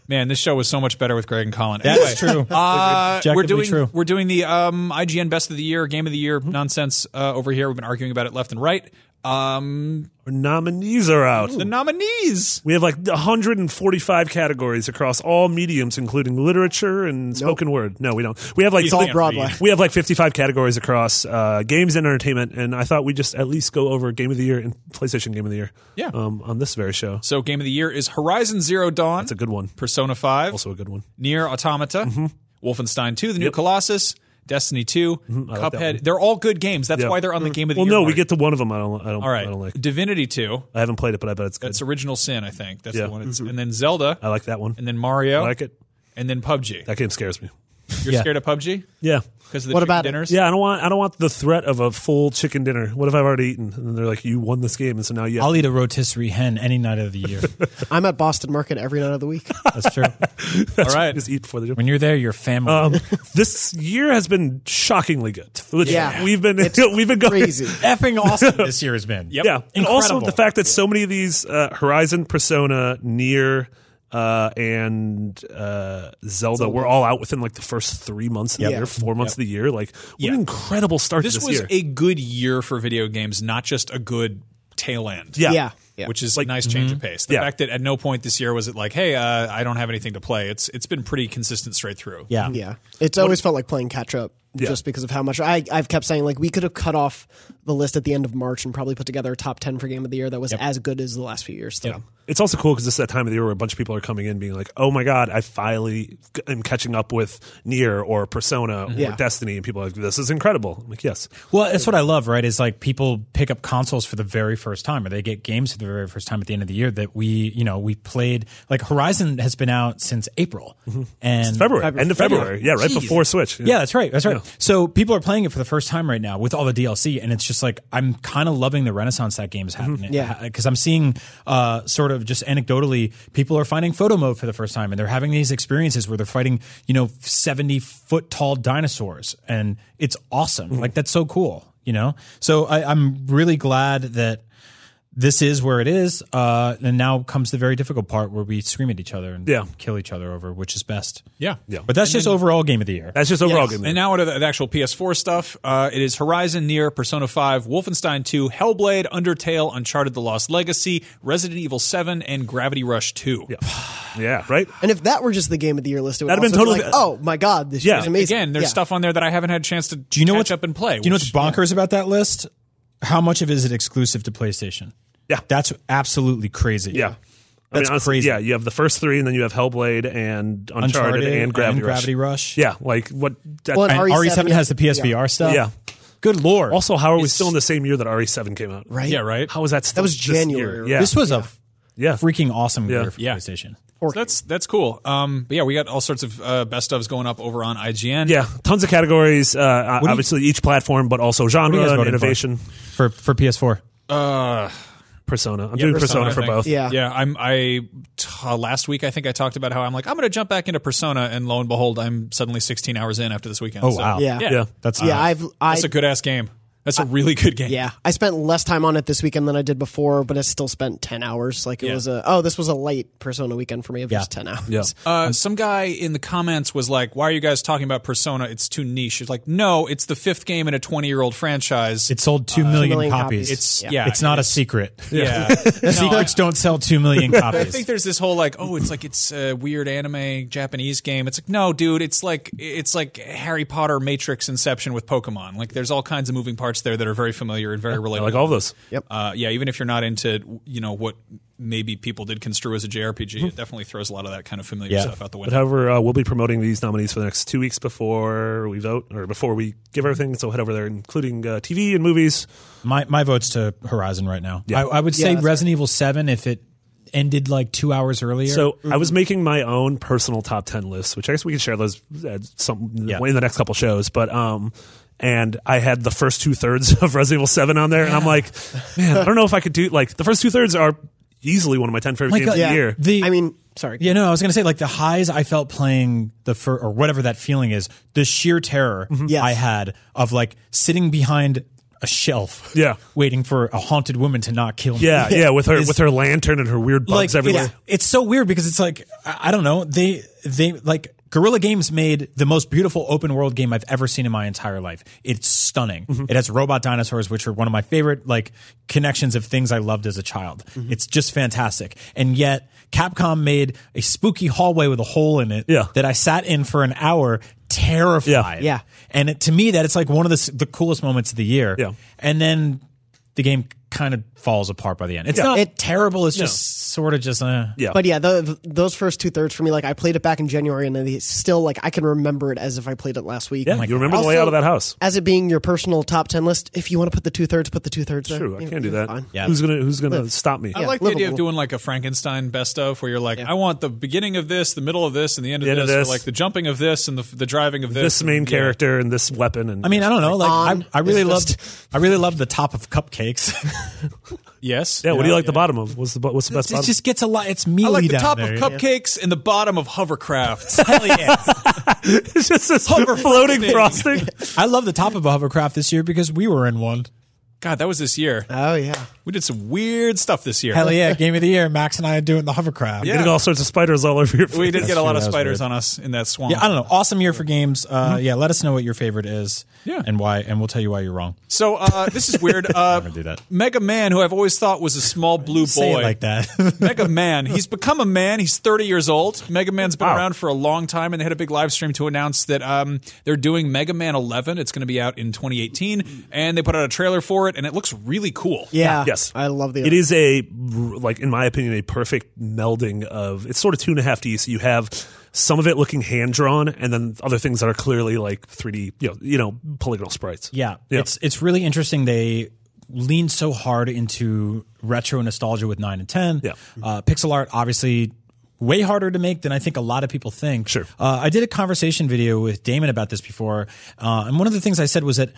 D: Man, this show was so much better with Greg and Colin.
H: That's true.
D: Uh, we're
H: Objectively
D: doing
H: true.
D: we're doing the um, IGN Best of the Year, Game of the Year nonsense uh, over here. We've been arguing about it left and right. Um,
G: Our nominees are out.
D: the nominees.
G: We have like 145 categories across all mediums, including literature and spoken word. No, we don't. We have like
D: It's all
G: we have-
D: Broadway.
G: We have like 55 categories across uh, games and entertainment, and I thought we would just at least go over Game of the Year and PlayStation Game of the Year.
D: Yeah.
G: Um, on this very show,
D: So, Game of the Year is Horizon Zero Dawn.
G: it's a good one.
D: Persona Five.
G: Also Mm-hmm. a good one.
D: Near Automata, Wolfenstein 2, The New Colossus, Destiny 2,
G: Mm-hmm. like that
D: Cuphead.
G: one.
D: They're all good games. That's
G: Yeah. Mm-hmm.
D: why they're on the game of the
G: Well,
D: year.
G: no, we
D: mark.
G: get to one of them. I don't. I don't.
D: all right.
G: I don't like.
D: Divinity 2.
G: I haven't played it, but I bet it's good.
D: That's Original Sin, I think. That's
G: Yeah. Mm-hmm.
D: the one. It's, And then Zelda,
G: I like that one.
D: and then Mario,
G: I like it.
D: and then PUBG.
G: That game scares me.
D: You're
H: Yeah.
D: scared of PUBG
G: Yeah.
D: because of the
F: What
D: chicken
F: about it?
D: dinners?
G: Yeah, I don't want. I don't want the threat of a full chicken dinner. What if I've already eaten? And they're like, "You won this game," and so now you.
H: I'll eat a rotisserie hen any night of the year.
F: I'm at Boston Market every night of
D: *laughs*
F: the week.
H: That's true.
D: All right.
G: *laughs* just eat before they do.
H: When you're there, you're family.
G: Um, *laughs* this year has been shockingly good. Which
F: Yeah.
G: we've been *laughs* we've been going
F: Crazy.
H: Effing awesome this year has been.
D: Yep.
G: Yeah, and also
H: Incredible.
G: the fact that so many of these uh, Horizon, Persona, Near, uh, and uh, Zelda, were all out within like the first three months of the year, four months of the year. Like, what an incredible start
D: This,
G: to this
D: was
G: year.
D: a good year for video games, not just a good tail end.
G: yeah. mm-hmm.
F: Yeah.
D: Which is a nice change of pace. The
G: Yeah.
D: fact that at no point this year was it like, hey, uh, I don't have anything to play. It's it's been pretty consistent straight through.
H: Yeah.
F: Yeah. It's always felt like playing catch up just because of how much I, I've kept saying, like, we could have cut off the list at the end of March and probably put together a top 10 for game of the year that was as good as the last few years. So,
G: It's also cool because this is that time of the year where a bunch of people are coming in being like, oh my God, I finally g- am catching up with Near or Persona or
F: Yeah.
G: Destiny. And people are like, this is incredible. I'm like, yes.
H: Well, that's what I love, right? Is like people pick up consoles for the very first time, or they get games for the very first time at the end of the year that we, you know, we played. Like Horizon has been out since April and
G: February, end of February. Yeah, right
H: Jeez.
G: before Switch.
H: Yeah, that's right. That's right. So people are playing it for the first time right now with all the DLC, and it's just like I'm kind of loving the renaissance that game's happening.
F: Yeah.
H: because I'm seeing uh, sort of just anecdotally, people are finding photo mode for the first time, and they're having these experiences where they're fighting, you know, seventy foot tall dinosaurs, and it's awesome. Like that's so cool, you know. So I, I'm really glad that. This is where it is, uh, and now comes the very difficult part where we scream at each other and
G: Yeah.
H: kill each other over which is best.
D: Yeah.
G: Yeah.
H: but that's just overall game of the year.
G: That's just overall game.
D: And now out of the, the actual PS4 stuff, uh, it is Horizon, Near, Persona 5, Wolfenstein 2, Hellblade, Undertale, Uncharted: The Lost Legacy, Resident Evil 7, and Gravity Rush 2.
G: yeah, right?
F: and if that were just the game of the year list, it would
G: That'd have been
F: also be
G: totally-
F: like, oh my God, this
G: Yeah.
F: year is amazing.
D: Again, there's
F: Yeah.
D: stuff on there that I haven't had a chance to do
H: you know
D: catch
H: what's-
D: up and play.
H: Do you know what's
D: which-
H: bonkers about that list? How much of it is it exclusive to PlayStation?
G: Yeah.
H: That's absolutely crazy.
G: Yeah.
H: That's crazy.
G: Yeah, you have the first three, and then you have Hellblade and Uncharted,
H: Uncharted
G: and Gravity,
H: and Gravity Rush.
G: Yeah, like what? That,
F: Well, E
H: And
F: RE7
H: RE7 E has the PSVR stuff.
G: Yeah.
H: Good lord.
G: also, how are we still in the same year that RE7 came out?
F: Right?
D: Yeah, right.
G: How was that? Still
F: was
G: this year?
F: January,
G: Yeah.
H: this was a
G: yeah.
H: freaking awesome
G: Yeah.
H: year for
D: Yeah.
H: PlayStation.
D: So that's that's cool. Um, but yeah, we got all sorts of uh, best ofs going up over on IGN.
G: yeah, tons of categories. Uh, obviously, each platform, but also genre
H: guys
G: and
H: voting for?
G: innovation.
H: For for PS4.
G: Persona. I'm doing
D: Persona,
G: Persona,
D: I
G: for
D: think.
G: both.
F: Yeah.
D: yeah. I'm I t- uh, last week I think I talked about how I'm like I'm going to jump back into Persona, and lo and behold, I'm suddenly 16 hours in after this weekend.
H: Oh
D: So-
H: wow.
F: Yeah.
D: Yeah.
F: Yeah.
G: Yeah.
H: That's
F: Yeah, I've, I,
D: that's a good ass game. That's a really good game.
F: Yeah, I spent less time on it this weekend than I did before, but I still spent ten hours. Like it
D: Yeah.
F: was a oh, this was a light Persona weekend for me of just ten hours.
G: Yeah.
D: Uh, some guy in the comments was like, "Why are you guys talking about Persona? It's too niche." It's like, no, it's the fifth game in a twenty-year-old franchise.
H: it sold two million
F: million
H: copies.
F: copies.
D: It's- Yeah. yeah,
H: It's not a secret.
D: yeah. *laughs*
G: *laughs*
D: No, I,
H: Secrets don't sell 2 million copies.
D: I think there's this whole like, oh, it's like it's a weird anime Japanese game. It's like, no, dude, it's like it's like Harry Potter, Matrix, Inception with Pokemon. Like, there's all kinds of moving parts there that are very familiar and very
G: I
D: relatable.
G: like oh, all those.
D: Uh, yeah, even if you're not into you know what maybe people did construe as a JRPG, it definitely throws a lot of that kind of familiar
H: Yeah.
D: stuff out the
G: Hmm. But
D: window.
G: however, uh, we'll be promoting these nominees for the next two weeks before we vote or before we give everything. So head over there, including uh, TV and movies.
H: My my vote's to Horizon right now. I, I would say
F: that's
H: Resident Evil Seven if it ended like two hours earlier. Oh
G: So I
H: Mm-hmm.
G: was making my own personal top ten list, which I guess we can share those at some
H: Yeah.
G: in the next couple shows. But um, and I had the first two thirds *laughs* of Resident Evil Seven on there, and I'm
H: *laughs*
G: like, man, I don't know if I could do like the first two thirds are easily one of my ten favorite
H: like
G: games
H: uh,
G: of the year.
H: the
F: I mean, sorry.
H: Yeah, no, I was gonna say like the highs I felt playing the fir-
G: Mm-hmm.
H: or whatever that feeling is, the sheer terror
F: Yes.
H: I had of like sitting behind a shelf.
G: Yeah.
H: *laughs* waiting for a haunted woman to not kill me. *laughs*
G: Yeah, yeah, with her
H: Is-
G: with her lantern and her weird bugs
H: like,
G: everywhere.
H: It's, it's so weird because it's like I, I don't know. They they like Guerrilla Games made the most beautiful open world game I've ever seen in my entire life. It's stunning.
G: Mm-hmm.
H: It has robot dinosaurs, which are one of my favorite like connections of things I loved as a child.
G: Mm-hmm.
H: It's just fantastic. And yet Capcom made a spooky hallway with a hole in it
G: Yeah.
H: that I sat in for an hour terrified.
F: Yeah.
H: And it, to me that it's like one of the s- the coolest moments of the year.
G: Yeah.
H: And then the game kind of falls apart by the end. It's not
F: It-
H: terrible. It's just sort of just uh,
G: Yeah.
F: But yeah, tho- th those first two thirds for me, like I played it back in January, and it's still like I can remember it as if I played it last week.
H: Oh
G: yeah, you remember the layout of that house.
F: As it being your personal top ten list, if you want to put the two thirds, put the two thirds.
G: True, I can't do that.
F: Fine.
G: Who's gonna Who's gonna stop me?
D: I like the idea of
F: livable.
D: doing like a Frankenstein best of, where you're like, I want the beginning of this, the middle of this, and the end of,
G: The end of
D: this, or
G: this.
D: like the jumping of this and the, the driving of this.
G: This main
D: and- yeah.
G: character and this weapon, and
H: I mean, I don't know. Like,
F: on
H: I, I really
F: is
H: loved,
F: just-
H: I really loved the top of *laughs* cupcakes.
D: Yes.
G: yeah. What do you like
D: Yeah.
G: the bottom of? What's the bo- What's the best
H: it
G: bottom?
H: just gets a lot. It's mealy
D: I like the
H: down
D: top
H: there.
D: of cupcakes and the bottom of hovercrafts.
H: Hell yeah.
G: it's *laughs* just this
D: Hover
G: floating
D: frosting.
G: frosting.
H: *laughs* I love the top of a hovercraft this year because we were in one.
D: God, that was this year.
F: Oh yeah,
D: We did some weird stuff this year.
H: Hell *laughs* yeah! Game of the year. Max and I are doing the hovercraft.
D: Yeah.
G: Getting all sorts of spiders all over your face.
D: We did get a lot of
H: That's true, that was
D: spiders
H: weird.
D: on us in that swamp.
H: Yeah, I don't know. Awesome year for games. Uh, Yeah, let us know what your favorite is.
D: Yeah.
H: and why, and we'll tell you why you're wrong.
D: So uh, this is
H: *laughs*
D: weird. Uh,
H: gonna do that.
D: Mega Man, who I've always thought was a small blue boy,
H: Say it like that. *laughs*
D: Mega Man. He's become a man. He's 30 years old. Mega Man's been
G: Wow.
D: around for a long time, and they had a big live stream to announce that um, they're doing Mega Man 11. It's going to be out in 2018, and they put out a trailer for it, and it looks really cool.
F: yeah.
G: Yes,
F: I love the.
G: It is a like, in my opinion, a perfect melding of it's sort of two and a half D. So you have some of it looking hand drawn, and then other things that are clearly like three D, you know, you know, polygonal sprites.
H: Yeah, it's it's really interesting. They leaned so hard into retro nostalgia with nine and ten.
G: Yeah.
H: uh, pixel art obviously way harder to make than I think a lot of people think.
G: Sure.
H: uh, I did a conversation video with Damon about this before, uh, and one of the things I said was that.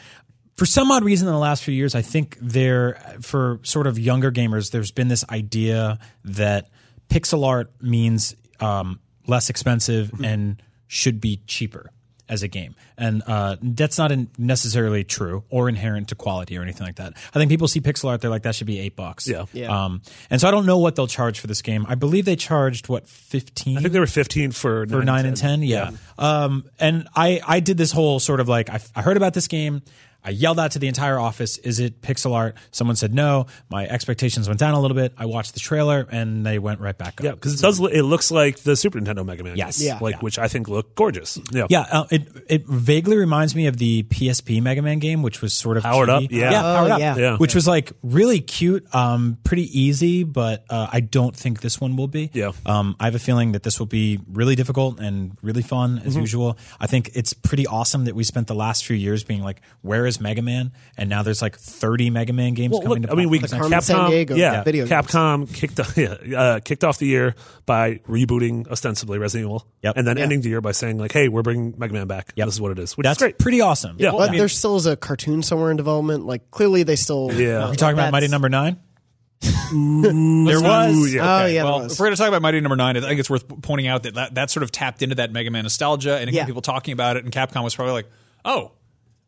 H: For some odd reason, in the last few years, I think there, for sort of younger gamers, there's been this idea that pixel art means um, less expensive and should be cheaper as a game. And uh, that's not in necessarily true or inherent to quality or anything like that. I think people see pixel art, they're like, that should be eight bucks.
G: Yeah.
H: Um, and so I don't know what they'll charge for this game. I believe they charged, what, 15?
G: I think they were fifteen for
H: for nine and ten. Yeah. Um, and I I did this whole sort of like I, I heard about this game. I yelled out to the entire office, "Is it pixel art?" Someone said no. My expectations went down a little bit. I watched the trailer, and they went right back up.
G: Yeah, because it does. It looks like the Super Nintendo Mega Man.
H: Yes.
G: games,
H: Yeah.
G: like
H: Yeah.
G: which I think look gorgeous. Yeah,
H: Yeah, uh, it it vaguely reminds me of the PSP Mega Man game, which was sort of
G: Powered Up,
H: chibi.
G: yeah.
H: yeah,
G: Oh,
H: powered up,
F: yeah.
G: Yeah.
H: which was like really cute, um, pretty easy, but uh, I don't think this one will be.
G: Yeah.
H: um, I have a feeling that this will be really difficult and really fun
G: Mm-hmm.
H: as usual. I think it's pretty awesome that we spent the last few years being like, where is Mega Man? And now there's like 30 Mega Man games
G: Well,
H: coming
G: look,
H: to
G: I mean, we
H: platforms
F: Carmen
G: Capcom,
F: San Diego
G: yeah,
F: video games.
G: Capcom kicked *laughs* yeah, uh, kicked off the year by rebooting ostensibly Resident Evil,
H: Yep.
G: and then
H: Yeah.
G: ending the year by saying like, "Hey, we're bringing Mega Man back.
H: Yep.
G: This is what it is," which
H: That's
G: is great.
H: pretty awesome.
G: Yeah.
F: But there still is a cartoon somewhere in development. Like clearly they still.
G: Yeah.
H: Are we talking about Mighty
F: That's-
H: Number Nine? there was.
G: Ooh, yeah.
F: Oh yeah,
D: well,
F: there was.
D: if we're going to talk about Mighty Number Nine, I think it's worth pointing out that, that that sort of tapped into that Mega Man nostalgia, and it got
F: Yeah.
D: people talking about it. And Capcom was probably like, "Oh,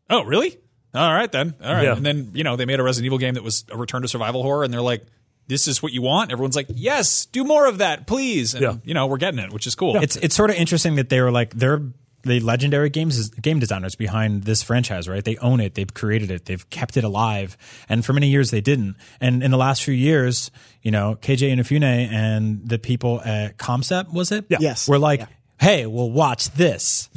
D: oh, really? All right then, all right."
G: Yeah.
D: And then you know they made a Resident Evil game that was a return to survival horror, and they're like, "This is what you want." Everyone's like, "Yes, do more of that, please." And
G: Yeah.
D: you know we're getting it, which is cool.
H: It's it's sort of interesting that they were like they're the legendary games game designers behind this franchise, right? They own it, they've created it, they've kept it alive, and for many years they didn't. And in the last few years, you know, KJ Inafune and the people at Comcept was it? Yeah.
F: Yes.
H: Were like, hey, we'll watch this,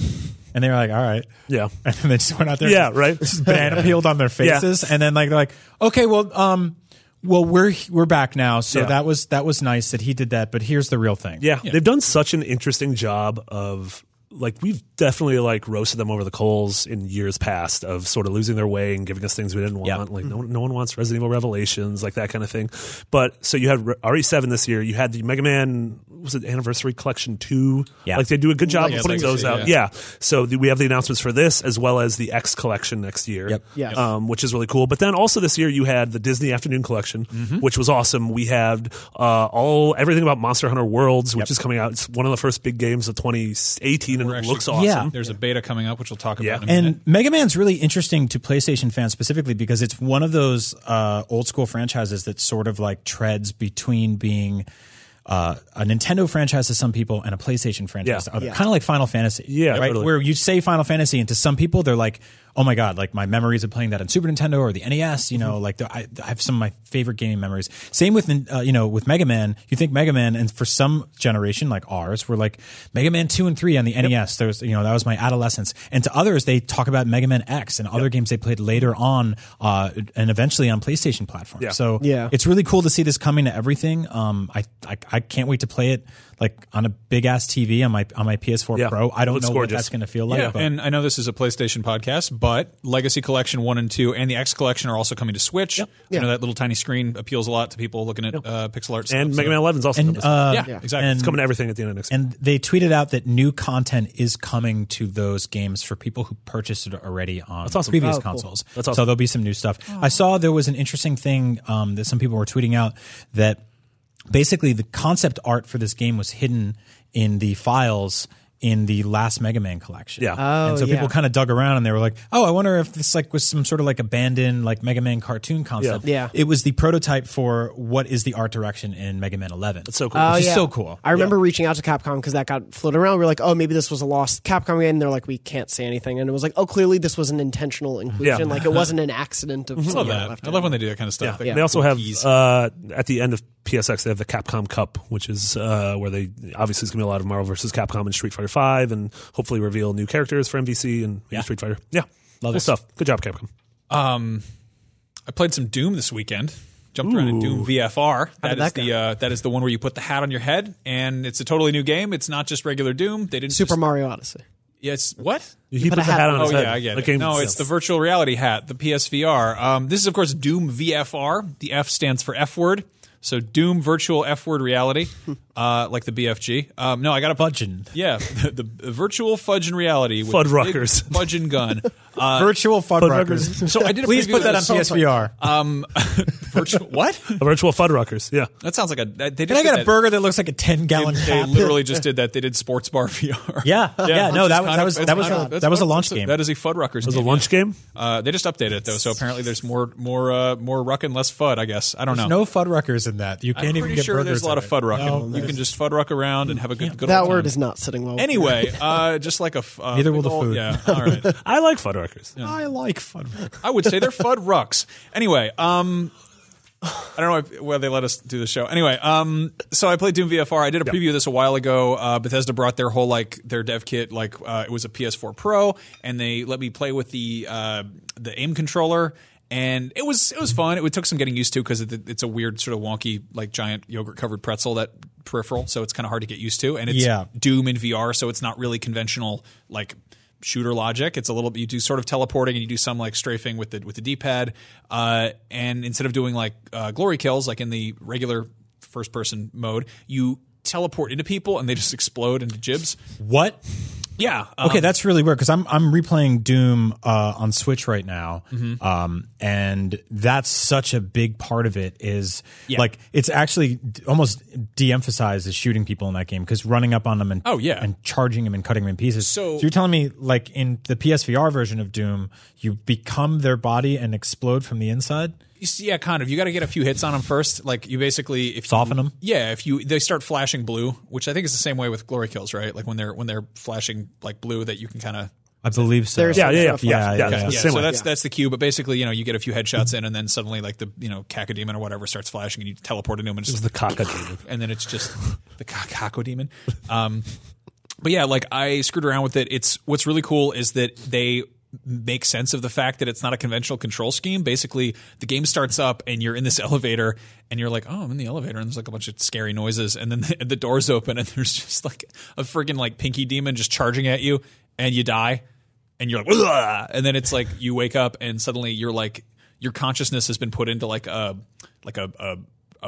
H: and they were like, all right, *laughs*
G: Yeah.
H: and then they just went out there,
G: Yeah,
H: just-
G: right.
H: just banana
G: *laughs*
H: peeled on their faces, and then like they're like, okay, well, um. Well, we're we're back now, so
G: Yeah.
H: that was that was nice that he did that. But here's the real thing.
G: Yeah, they've done such an interesting job of like we've definitely like roasted them over the coals in years past of sort of losing their way and giving us things we didn't want.
H: Yeah. Mm-hmm.
G: Like no, no one wants Resident Evil Revelations, like that kind of thing. But so you had Re- RE7 this year. You had the Mega Man was it Anniversary Collection two.
H: Yeah.
G: like they do a good job of
D: Legacy,
G: putting those
D: yeah.
G: out. Yeah. So the, we have the announcements for this as well as the X Collection next year.
H: Yep.
F: Yes.
G: Um, which is really cool. But then also this year you had the Disney Afternoon Collection,
D: Mm-hmm.
G: which was awesome. We had uh, all everything about Monster Hunter Worlds, which is coming out. It's one of the first big games of 2018 and and
D: we're
G: it
D: actually-
G: looks awesome.
H: Yeah.
D: There's a beta coming up, which we'll talk
G: Yeah.
D: about. In a
H: and
D: minute.
H: Mega Man's really interesting to PlayStation fans specifically because it's one of those uh, old school franchises that sort of like treads between being uh, a Nintendo franchise to some people and a PlayStation franchise
G: Yeah.
H: to others. Kind of like Final Fantasy.
G: Yeah,
H: right?
G: totally.
H: Where you say Final Fantasy, and to some people, they're like, oh my God, like my memories of playing that on Super Nintendo or the NES, you know, like the, I, I have some of my favorite gaming memories. Same with, uh, you know, with Mega Man. You think Mega Man, and for some generation like ours, we're like Mega Man 2 and 3 on the NES. There was, you know, that was my adolescence. And to others, they talk about Mega Man X and other games they played later on uh, and eventually on PlayStation platforms.
G: Yeah.
H: So
F: Yeah.
H: it's really cool to see this coming to everything. Um, I, I, I can't wait to play it like on a big ass TV on my, on my PS4
G: Yeah.
H: Pro. I don't
G: Looks
H: know
G: gorgeous.
H: what that's going to feel like.
D: Yeah,
H: but-
D: and I know this is a PlayStation podcast, but Legacy Collection One and Two and the X Collection are also coming to Switch. You know
F: Yeah.
D: that little tiny screen appeals a lot to people looking at uh, pixel art.
G: And
D: stuff,
G: Mega Man
D: so-
G: 11's also
H: and
G: coming this-
H: uh,
D: Yeah, exactly.
H: and-
G: it's coming to everything at the end of next. year.
H: and they tweeted out that new content is coming to those games for people who purchased it already on
G: awesome.
H: previous
G: Oh, cool.
H: consoles.
G: That's awesome.
H: So there'll be some new stuff. I saw there was an interesting thing um, that some people were tweeting out that basically the concept art for this game was hidden in the files in the last Mega Man collection.
G: Yeah.
H: and so
F: Oh, yeah.
H: people kind of dug around and they were like, "Oh, I wonder if this like was some sort of like abandoned like Mega Man cartoon concept."
F: Yeah.
H: It was the prototype for what is the art direction in Mega Man 11. That's
G: so cool.
F: Oh,
H: which is
F: yeah.
H: so cool.
F: I remember reaching out to Capcom because that got floated around. We were like, oh, maybe this was a lost Capcom game. And they're like, we can't say anything. And it was like, oh, clearly this was an intentional inclusion.
G: Yeah.
F: Like it wasn't an accident
G: *laughs*
F: of
D: I love
F: something that
D: that.
F: left
D: I
F: in.
D: love when they do that kind of stuff.
G: Yeah.
D: They-
G: They also have
D: Keys.
G: uh, at the end of PSX they have the Capcom Cup, which is uh, where they obviously it's gonna be a lot of Marvel versus Capcom and Street Fighter Five, and hopefully reveal new characters for MVC and maybe Street Fighter. Yeah, love cool
H: it.
G: stuff. Good job, Capcom.
D: I played some Doom this weekend. Jumped around in Doom VFR. That
F: did
D: is
F: that
D: the uh, that is the one where you put the hat on your head, and it's a totally new game. It's not just regular Doom. They didn't
F: Super
D: Just,
F: Mario Odyssey.
D: yes. What?
G: He
F: put
G: puts
F: a hat on.
G: his
D: Oh
G: head.
D: yeah, I get
G: Like
D: it.
G: games
D: no,
G: and
D: it's the
G: stuff.
D: virtual reality hat, the PSVR. Um, this is of course Doom VFR. The F stands for F word, so Doom Virtual F Word
H: *laughs*
D: Reality, uh, like the BFG. Um, no, I got a
H: Budgeon.
D: Yeah, *laughs* the, the virtual fudge and reality. With
G: Fud
D: big
G: Ruckers.
D: *laughs* Fudge and
H: *laughs*
D: gun. Uh,
H: Virtual Fuddruckers.
D: so I did. A
H: Please
D: preview
H: put that on
D: of this.
H: PSVR.
D: Um,
H: *laughs*
D: virtual what?
G: the virtual Fuddruckers. Yeah,
D: That sounds like a. They
H: and
D: just
H: I
D: did
H: got a
D: that.
H: burger that looks like a ten gallon
D: They
H: cap.
D: literally just did that. They did sports bar *laughs* VR.
H: Yeah, yeah, no,
D: which
H: that
D: is
H: was-
D: kind
H: that
D: of-
H: was-
D: it's
H: that was
D: kind
H: a-
D: of- that's
H: that was
D: kind
H: a
D: of-
H: launch
D: that's
H: game.
D: That is a Fuddruckers. It
G: the lunch game.
D: Uh, they just updated it though, so apparently there's more more uh, more ruck and less fud. I guess I don't know.
H: No Fuddruckers in that. You can't
D: I'm
H: even
D: pretty
H: get
D: sure
H: burgers.
D: there's a lot
H: in
D: of fud
H: it.
D: rucking. you can just fud ruck around and have a good good
F: That
D: old
F: word
D: time.
F: is not sitting well. with me.
D: Anyway, uh, just like a f- uh,
H: Neither will
D: big
H: the
D: old-
H: food.
D: Yeah, all
H: *laughs*
D: right.
G: I like Fuddruckers.
H: I like Fuddruckers.
D: I would say they're fud rucks. Anyway, um, I don't know if, whether they let us do the show. Anyway, um, so I played Doom VFR. I did a preview of this a while ago. Uh, Bethesda brought their whole like their dev kit, like uh, it was a PS4 Pro, and they let me play with the uh, the aim controller. And it was it was fun. It took some getting used to because it, it's a weird sort of wonky like giant yogurt covered pretzel that peripheral, so it's kind of hard to get used to. And it's
H: Yeah.
D: Doom in VR, so it's not really conventional like shooter logic. It's a little you do sort of teleporting and you do some like strafing with the with the D pad, uh, and instead of doing like uh, glory kills like in the regular first person mode, you teleport into people and they just *laughs* explode into jibs.
H: What?
D: Yeah. um,
H: Okay, that's really weird because I'm I'm replaying Doom uh, on Switch right now,
D: Mm-hmm.
H: um, and that's such a big part of it. Is like it's actually d- almost de-emphasized as shooting people in that game because running up on them and
D: Oh, yeah.
H: and charging them and cutting them in pieces.
D: So-
H: you're telling me like in the PSVR version of Doom, you become their body and explode from the inside?
D: You see- Yeah, kind of. You got to get a few hits on them first. Like you basically if
H: Soften
D: you,
H: 'em?
D: Yeah, if you they start flashing blue, which I think is the same way with glory kills, right? Like when they're when they're flashing like blue, that you can kind of
H: I believe so.
F: There's
G: Yeah, yeah, yeah,
F: Okay.
H: Yeah, yeah,
G: it's
H: yeah.
G: the
D: yeah,
G: same
D: so
G: way.
D: that's that's the cue. But basically, you know, you get a few headshots in, and then suddenly, like the you know, cacodemon or whatever starts flashing, and you teleport into him, and it's just *laughs*
G: the cockadoo.
D: and then it's just the ca- cacodemon. Um, but yeah, like I screwed around with it. It's what's really cool is that they make sense of the fact that it's not a conventional control scheme. Basically, the game starts up and you're in this *laughs* elevator and you're like, "Oh, I'm in the elevator." And there's like a bunch of scary noises and then *laughs* the, the doors open and there's just like a freaking like pinky demon just charging at you and you die and you're like, "Ugh!" and then it's like you wake up and suddenly you're like your consciousness has been put into like a like a a,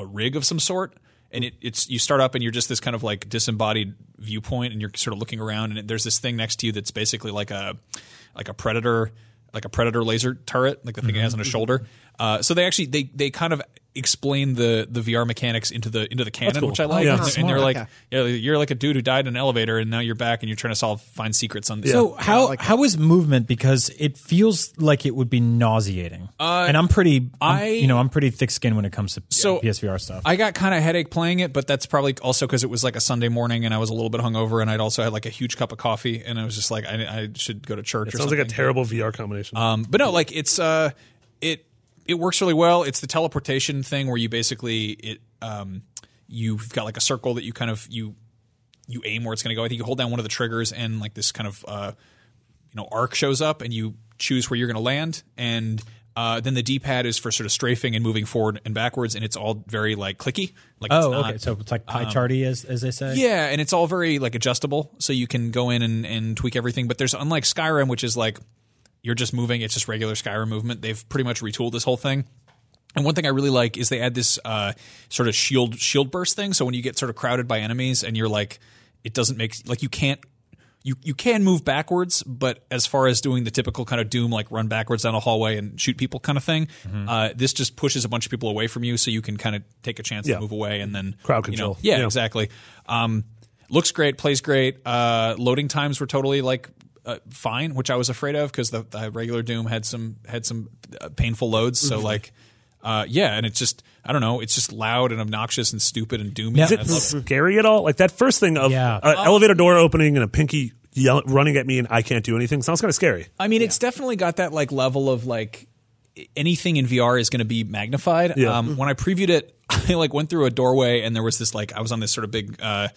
D: a rig of some sort. And it, it's you start up and you're just this kind of like disembodied viewpoint, and you're sort of looking around, and it- there's this thing next to you that's basically like a like a predator, like a predator laser turret, like the thing it has on his shoulder. Uh, so they actually they they kind of explain the the VR mechanics into the into the canon,
G: cool.
D: which I like.
G: Yeah.
D: and, they're, and they're
F: Smart,
D: like,
F: okay.
D: yeah, you're like a dude who died in an elevator, and now you're back, and you're trying to solve find secrets on.
H: So how how is movement? Because it feels like it would be nauseating, and I'm pretty, I'm-
D: Uh, I-
H: you know, I'm pretty thick skinned when it comes to
D: So-
H: PSVR stuff.
D: I got kind of headache playing it, but that's probably also because it was like a Sunday morning and I was a little bit hungover, and I'd also had like a huge cup of coffee, and I was just like, I, I should go to church. or
G: Sounds
D: something.
G: like a terrible VR combination.
D: Um, but no, like it's uh, it it works really well. It's the teleportation thing where you basically it um, you've got like a circle that you kind of you you aim where it's going to go. I think you hold down one of the triggers and like this kind of uh, you know arc shows up and you choose where you're going to land and. Uh, then the D-pad is for sort of strafing and moving forward and backwards, and it's all very like clicky. Like it's
H: oh,
D: not, um,
H: okay. So it's like pie charty, as as they say.
D: yeah, and it's all very like adjustable, so you can go in and, and tweak everything. But there's unlike Skyrim, which is like you're just moving; it's just regular Skyrim movement. They've pretty much retooled this whole thing. And one thing I really like is they add this uh, sort of shield shield burst thing. So when you get sort of crowded by enemies, and you're like, it doesn't make like you can't. You, you can move backwards, but as far as doing the typical kind of doom, like run backwards down a hallway and shoot people kind of thing,
G: Mm-hmm.
D: uh, this just pushes a bunch of people away from you, so you can kind of take a chance
G: Yeah.
D: to move away and then
G: Crowd
D: you know,
G: control.
D: yeah,
G: Yeah.
D: exactly. Um, looks great, plays great. Uh, loading times were totally like uh, fine, which I was afraid of because the, the regular Doom had some had some uh, painful loads. So like, uh, yeah, and it's just I don't know, it's just loud and obnoxious and stupid and doomy.
H: Now-
D: and I
G: Is it
D: love it.
G: scary at all? Like that first thing of
H: Yeah.
G: an elevator door opening and a pinky yell- running at me and I can't do anything sounds kind of scary.
D: I mean, it's definitely got that like level of like anything in VR is going to be magnified.
G: Yeah.
D: Um, when I previewed it, *laughs* I like went through a doorway and there was this like I was on this sort of big uh,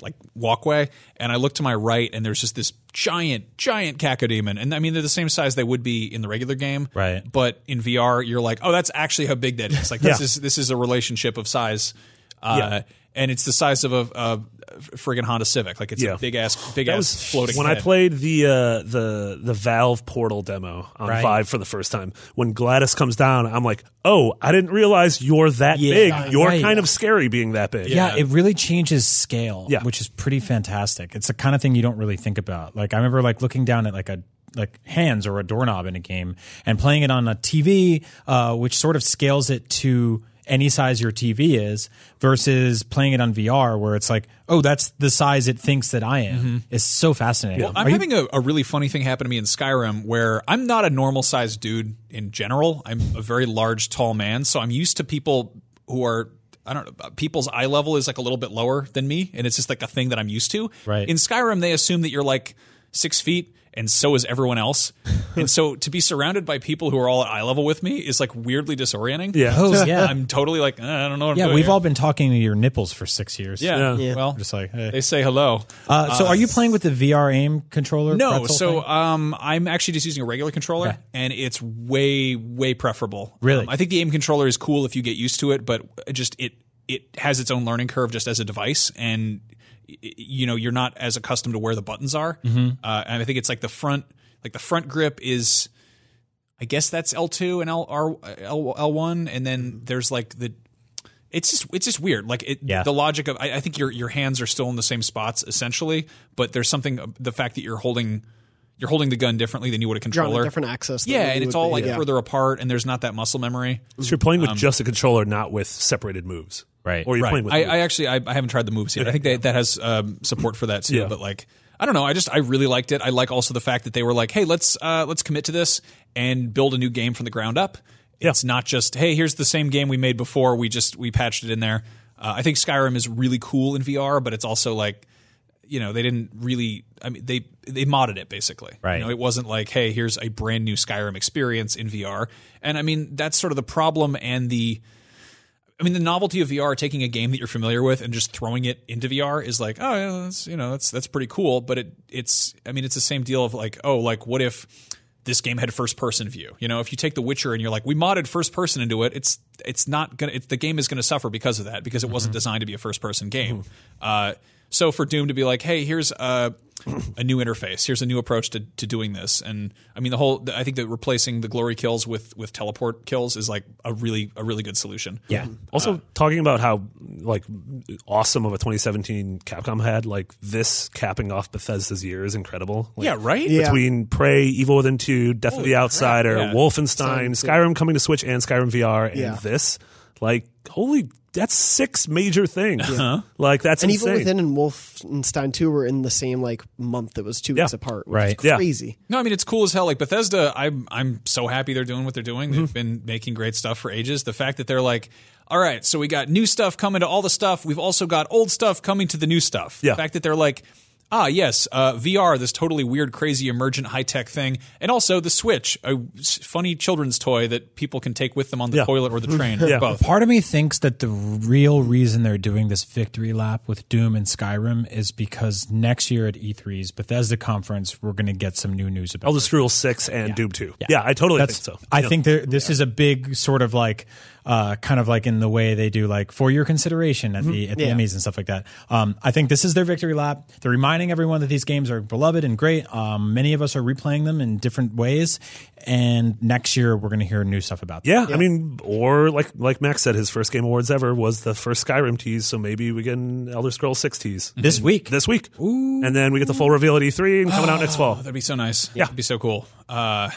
D: like walkway and I looked to my right and there's just this giant giant cacodemon and I mean they're the same size they would be in the regular game,
H: Right.
D: But in VR, you're like, oh, that's actually how big that is. Like this
G: Yeah.
D: is this is a relationship of size. Uh,
G: Yeah.
D: And it's the size of a, a friggin' Honda Civic. Like it's
G: Yeah.
D: a big ass, big ass
G: That was
D: floating.
G: when I
D: head.
G: played the uh, the the Valve Portal demo on
H: Right.
G: Vive for the first time. When Gladys comes down, I'm like, "Oh, I didn't realize you're that
H: Yeah,
G: big. You're
H: right.
G: kind of scary being that big."
H: Yeah, it really changes scale,
G: Yeah.
H: which is pretty fantastic. It's the kind of thing you don't really think about. Like I remember like looking down at like a like hands or a doorknob in a game and playing it on a TV, uh, which sort of scales it to any size your TV is versus playing it on VR where it's like, oh, that's the size it thinks that I am. It's so fascinating.
D: Well, I'm
H: Are you-
D: having a, a really funny thing happen to me in Skyrim where I'm not a normal sized dude in general. I'm a very large, tall man. So I'm used to people who are, I don't know, people's eye level is like a little bit lower than me. And it's just like a thing that I'm used to.
H: Right.
D: In Skyrim, they assume that you're like six feet. And so is everyone
H: *laughs*
D: else. and so to be surrounded by people who are all at eye level with me is like weirdly disorienting.
G: Yeah.
H: Oh, yeah.
D: I'm totally like, eh, I don't know what I'm
H: yeah,
D: doing
H: we've
D: here."
H: all been talking to your nipples for six years.
D: Yeah.
G: Yeah.
D: Well,
H: Just like, eh.
D: they say hello.
H: Uh, so are you playing with the VR aim controller?
D: No,
H: pretzel
D: so
H: thing?
D: um, I'm actually just using a regular controller,
H: Okay.
D: and it's way way preferable.
H: Really?
D: Um, I think the aim controller is cool if you get used to it, but just it it has its own learning curve just as a device, and y- y- you know you're not as accustomed to where the buttons are.
H: Mm-hmm.
D: Uh, and I think it's like the front like the front grip is. I guess that's L two and L R L L one, and
F: Mm-hmm.
D: then there's like the. It's just it's just weird. Like it,
H: Yeah.
D: the logic of I, I think your your hands are still in the same spots essentially, but there's something uh, the fact that you're holding you're holding the gun differently than you would a
F: You're on
D: controller.
F: a different axis. than
D: yeah,
F: we
D: and it's
F: would
D: all
F: be.
D: like
F: Yeah.
D: further apart, and there's not that muscle memory.
G: So you're playing with just a controller, not with separated moves,
H: Right.
G: Or you're
D: Right.
G: playing with.
D: I,
G: moves.
D: I actually I, I haven't tried the moves yet. I think that that has um, support for that too.
G: Yeah.
D: But like I don't know. I just I really liked it. I like also the fact that they were like, hey, let's uh, let's commit to this and build a new game from the ground up.
G: Yeah.
D: It's not just hey, here's the same game we made before. We just we patched it in there. Uh, I think Skyrim is really cool in VR, but it's also like you know they didn't really. I mean they they modded it basically.
H: Right.
D: You know, it wasn't like hey, here's a brand new Skyrim experience in VR. And I mean that's sort of the problem and the I mean, the novelty of VR, taking a game that you're familiar with and just throwing it into VR is like, oh, yeah, that's you know, that's that's pretty cool. But it it's, I mean, it's the same deal of like, oh, like what if this game had first person view? You know, if you take The Witcher and you're like, we modded first person into it, it's it's not gonna, it's, the game is gonna suffer because of that because it wasn't designed to be a first person game. Uh, so for Doom to be like, hey, here's a a new interface, here's a new approach to to doing this, and I mean, the whole, I think that replacing the glory kills with with teleport kills is like a really a really good solution.
H: yeah.
G: Also, talking about how like awesome of a 2017 Capcom had, like this capping off Bethesda's year is incredible. Like,
D: Yeah, right?
F: Yeah.
G: Between Prey, Evil Within 2, Death of the Outsider,
D: Yeah.
G: Wolfenstein, Skyrim coming to Switch and Skyrim VR, and
F: Yeah.
G: this, Like, holy, that's six major things. Like, that's
F: and
G: insane.
F: Evil Within and Wolfenstein 2 were in the same like month that was two
G: Yeah.
F: weeks apart. Which
H: Right.
F: Is
G: Yeah.
F: crazy.
C: No, I mean it's cool as hell. Like Bethesda, I'm I'm so happy they're doing what they're doing.
G: Mm-hmm.
C: They've been making great stuff for ages. The fact that they're like, all right, so we got new stuff coming to all the stuff. We've also got old stuff coming to the new stuff.
G: Yeah.
C: The fact that they're like, ah, yes, uh, VR, this totally weird, crazy, emergent high tech thing, and also the Switch, a s- funny children's toy that people can take with them on the
G: Yeah.
C: toilet or the train.
G: *laughs* Yeah.
C: Both.
H: Part of me thinks that the real reason they're doing this victory lap with Doom and Skyrim is because next year at E3's Bethesda conference, we're going to get some new news about.
G: Elder Scrolls 6 and Doom 2. Oh, Yeah, I totally
H: That's,
G: think so.
H: I
G: Yeah.
H: think there, this is a big sort of like, uh, kind of like in the way they do like for your consideration at
G: Mm-hmm.
H: the at the
F: Yeah.
H: Emmys and stuff like that. Um, I think this is their victory lap. They're reminding everyone that these games are beloved and great. Um, many of us are replaying them in different ways, and next year we're going to hear new stuff about. them.
G: Yeah, I mean, or like like Max said, his first Game Awards ever was the first Skyrim tease, so maybe we get an Elder Scrolls 6 tease.
H: This week,
G: This week. And then we get the full reveal at E3 and coming out next fall.
C: Oh, That'd be so nice. Yeah, that'd be so cool. Uh,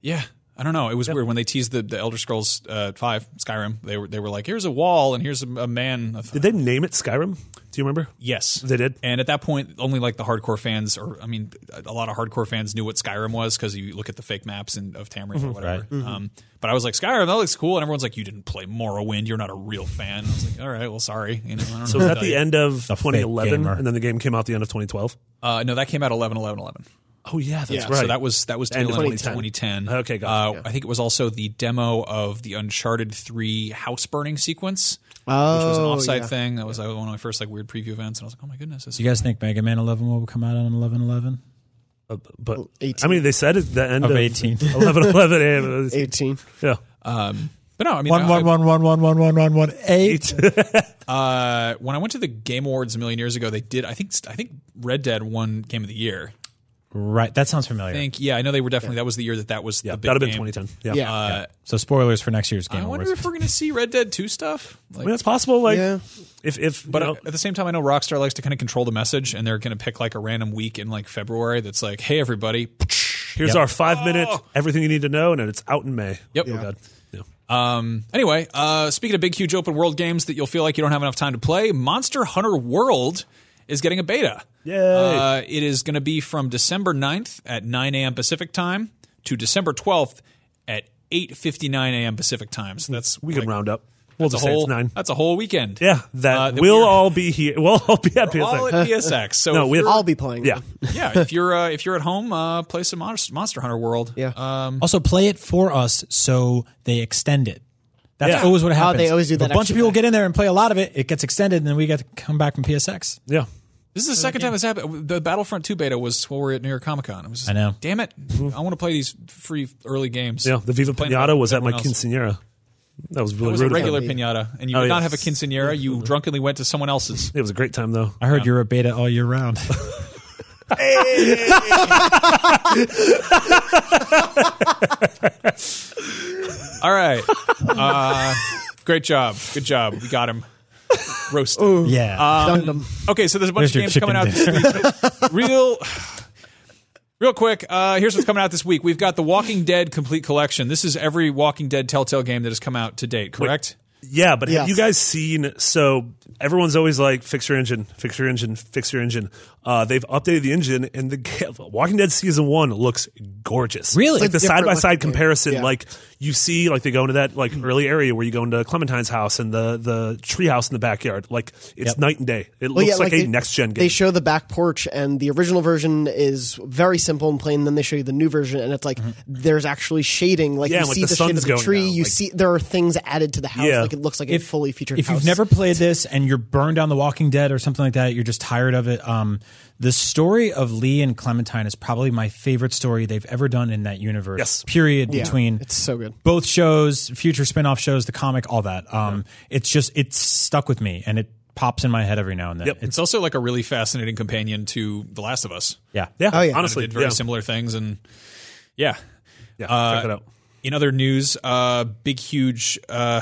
C: yeah, I don't know. It was weird when they teased the, the Elder Scrolls uh, Five Skyrim. They were they were like, here's a wall and here's a, a man. I thought,
G: Did they name it Skyrim? Do you remember?
C: yes,
G: They did?
C: And at that point, only like the hardcore fans, or I mean, a lot of hardcore fans knew what Skyrim was because you look at the fake maps and of Tamriel
G: Mm-hmm.
C: or whatever. Um, but I was like, Skyrim, that looks cool, and everyone's like, you didn't play Morrowind, you're not a real fan. I was like, all right, well, sorry. You know, I don't
G: So
C: know what
G: was that
C: to
G: the
C: tell you.
G: end of
H: fake
G: 2011,
H: gamer.
G: and then the game came out the end of 2012?
C: Uh, no, that came out 11, 11, 11.
G: Oh, yeah, that's
F: Yeah.
G: right.
C: So that was that was
G: And
C: tail end
G: 2010.
C: 2010.
G: Okay, gotcha,
C: Uh, I think it was also the demo of the Uncharted 3 house burning sequence, which was an
F: Oh,
C: offsite
F: yeah.
C: thing. That was like, one of my first like weird preview events, and I was like, oh my goodness, this
H: Do you guys think Mega Man 11 will come out on 11 11?
G: Uh, but, I
F: 18.
G: mean, they said at the end
H: Of
G: of, *laughs*
H: 18.
G: 11, 11 a.m. It was-
F: 18.
G: Yeah.
C: Um, but no, I mean, I-
H: *laughs* One one one one one one one one one eight.
C: uh, when I went to the Game Awards a million years ago, they did. I think I think Red Dead won Game of the Year.
H: *laughs* Right, that sounds
C: I
H: familiar.
C: think yeah, I know they were definitely that was the year that that was
G: Yeah,
C: the big
G: that'd have been
C: game.
G: 2010. Yeah.
F: Yeah.
C: Uh,
H: So spoilers for next year's
C: I
H: Game
C: wonder
H: Awards.
C: if we're gonna see Red Dead 2 stuff.
G: I
C: Like,
G: mean, it's possible. Like,
F: Yeah.
G: if, if,
C: But uh,
G: you know,
C: at the same time, I know Rockstar likes to kind of control the message, and they're going to pick like a random week in like February that's like, "Hey, everybody." *laughs*
G: here's
H: Yep.
G: our five minute, everything you need to know, and then it's out in May.
C: Yep.
G: Oh,
C: Oh. Yeah.
G: God. Yeah.
C: Um, anyway, uh, speaking of big, huge open world games that you'll feel like you don't have enough time to play, Monster Hunter World is getting a beta.
G: Yay.
C: Uh, it is going to be from December 9th at 9 a.m. Pacific time to December 12th at 8:59 a.m. Pacific time. So
G: *laughs*
C: that's
G: We can
C: like,
G: round up. We'll
C: that's a
G: just say
C: whole
G: it's nine.
C: That's a whole weekend.
G: Yeah, that
C: Uh,
G: we'll
C: we're-
G: all be here. *laughs* We'll all be at
C: we're
G: PSX.
C: all
G: *laughs*
C: at PSX. So
G: no,
C: if
G: we have,
C: you're-
F: I'll be playing.
G: Yeah,
C: yeah, if you're uh, if you're at home, uh, play some Monster, Monster Hunter World.
F: Yeah.
C: Um,
H: also, play it for us so they extend it. That's
G: Yeah.
H: always what happens.
F: they always do
H: If
F: that
H: A bunch
F: extra
H: of people
F: thing.
H: get in there and play a lot of it. It gets extended, and then we get to come back from PSX.
G: yeah.
C: this is the second time this happened. The Battlefront 2 beta was while we were at New York Comic Con. It was just,
H: I know.
C: Damn it! I want to play these free early games.
G: Mm-hmm. Yeah, the Viva
C: Playing
G: Pinata
C: with
G: was at my
C: everyone else.
G: quinceanera. That was
C: It
G: really
C: was
G: rude.
C: a
G: of
C: regular
G: them.
C: pinata, and you
G: Oh,
C: did not
G: yeah. Mm-hmm.
C: have a quinceanera. You drunkenly went to someone else's.
G: It was a great time though.
H: I heard you're a beta all year *laughs* round.
C: All
G: *laughs*
C: right. Uh, great job. Good job. We got him. Roast.
G: Oh.
H: yeah.
F: Gundam.
C: Okay, so there's a bunch
H: There's your
C: of games coming out this
H: chicken
C: week. real, real quick. Uh, here's what's coming out this week. We've got the Walking Dead Complete Collection. This is every Walking Dead Telltale game that has come out to date. Correct.
G: Yeah, but have
F: Yes.
G: you guys seen? So everyone's always like, "Fix your engine, fix your engine, fix your engine." Uh, they've updated the engine, and the *laughs* ga- Walking Dead season one looks gorgeous.
H: Really?
G: it's like the
F: It's a different
G: side by side
F: looking game.
G: comparison.
F: Yeah.
G: Like you see, like they go into that like early area where you go into Clementine's house and the the tree house in the backyard. Like it's night and day. It
F: Well,
G: looks
F: yeah,
G: like, a
F: they-
G: next gen game.
F: They show the back porch, and the original version is very simple and plain. Then they show you the new version, and it's like there's actually shading. Like
G: Mm-hmm. Yeah,
F: you
G: and, like,
F: see
G: the
F: the, shade
G: sun's
F: of the
G: going
F: tree.
G: down,
F: You
G: like-
F: see there are things added to the house.
G: Yeah.
F: Like it looks like a fully featured.
H: if
F: house.
H: you've never played this and you're burned on the walking dead or something like that you're just tired of it um, the story of lee and clementine is probably my favorite story they've ever done in that universe
G: Yes.
H: period between
F: it's so good.
H: both shows future spin-off shows the comic all that um, it's just it's stuck with me and it pops in my head every now and then
G: Yep.
C: It's also like a really fascinating companion to The Last of Us.
H: yeah
G: yeah,
F: Oh, yeah.
G: honestly,
C: did very
G: yeah.
C: similar things, and yeah,
G: Yeah,
C: Uh,
G: check it out.
C: In other news, uh, big huge uh,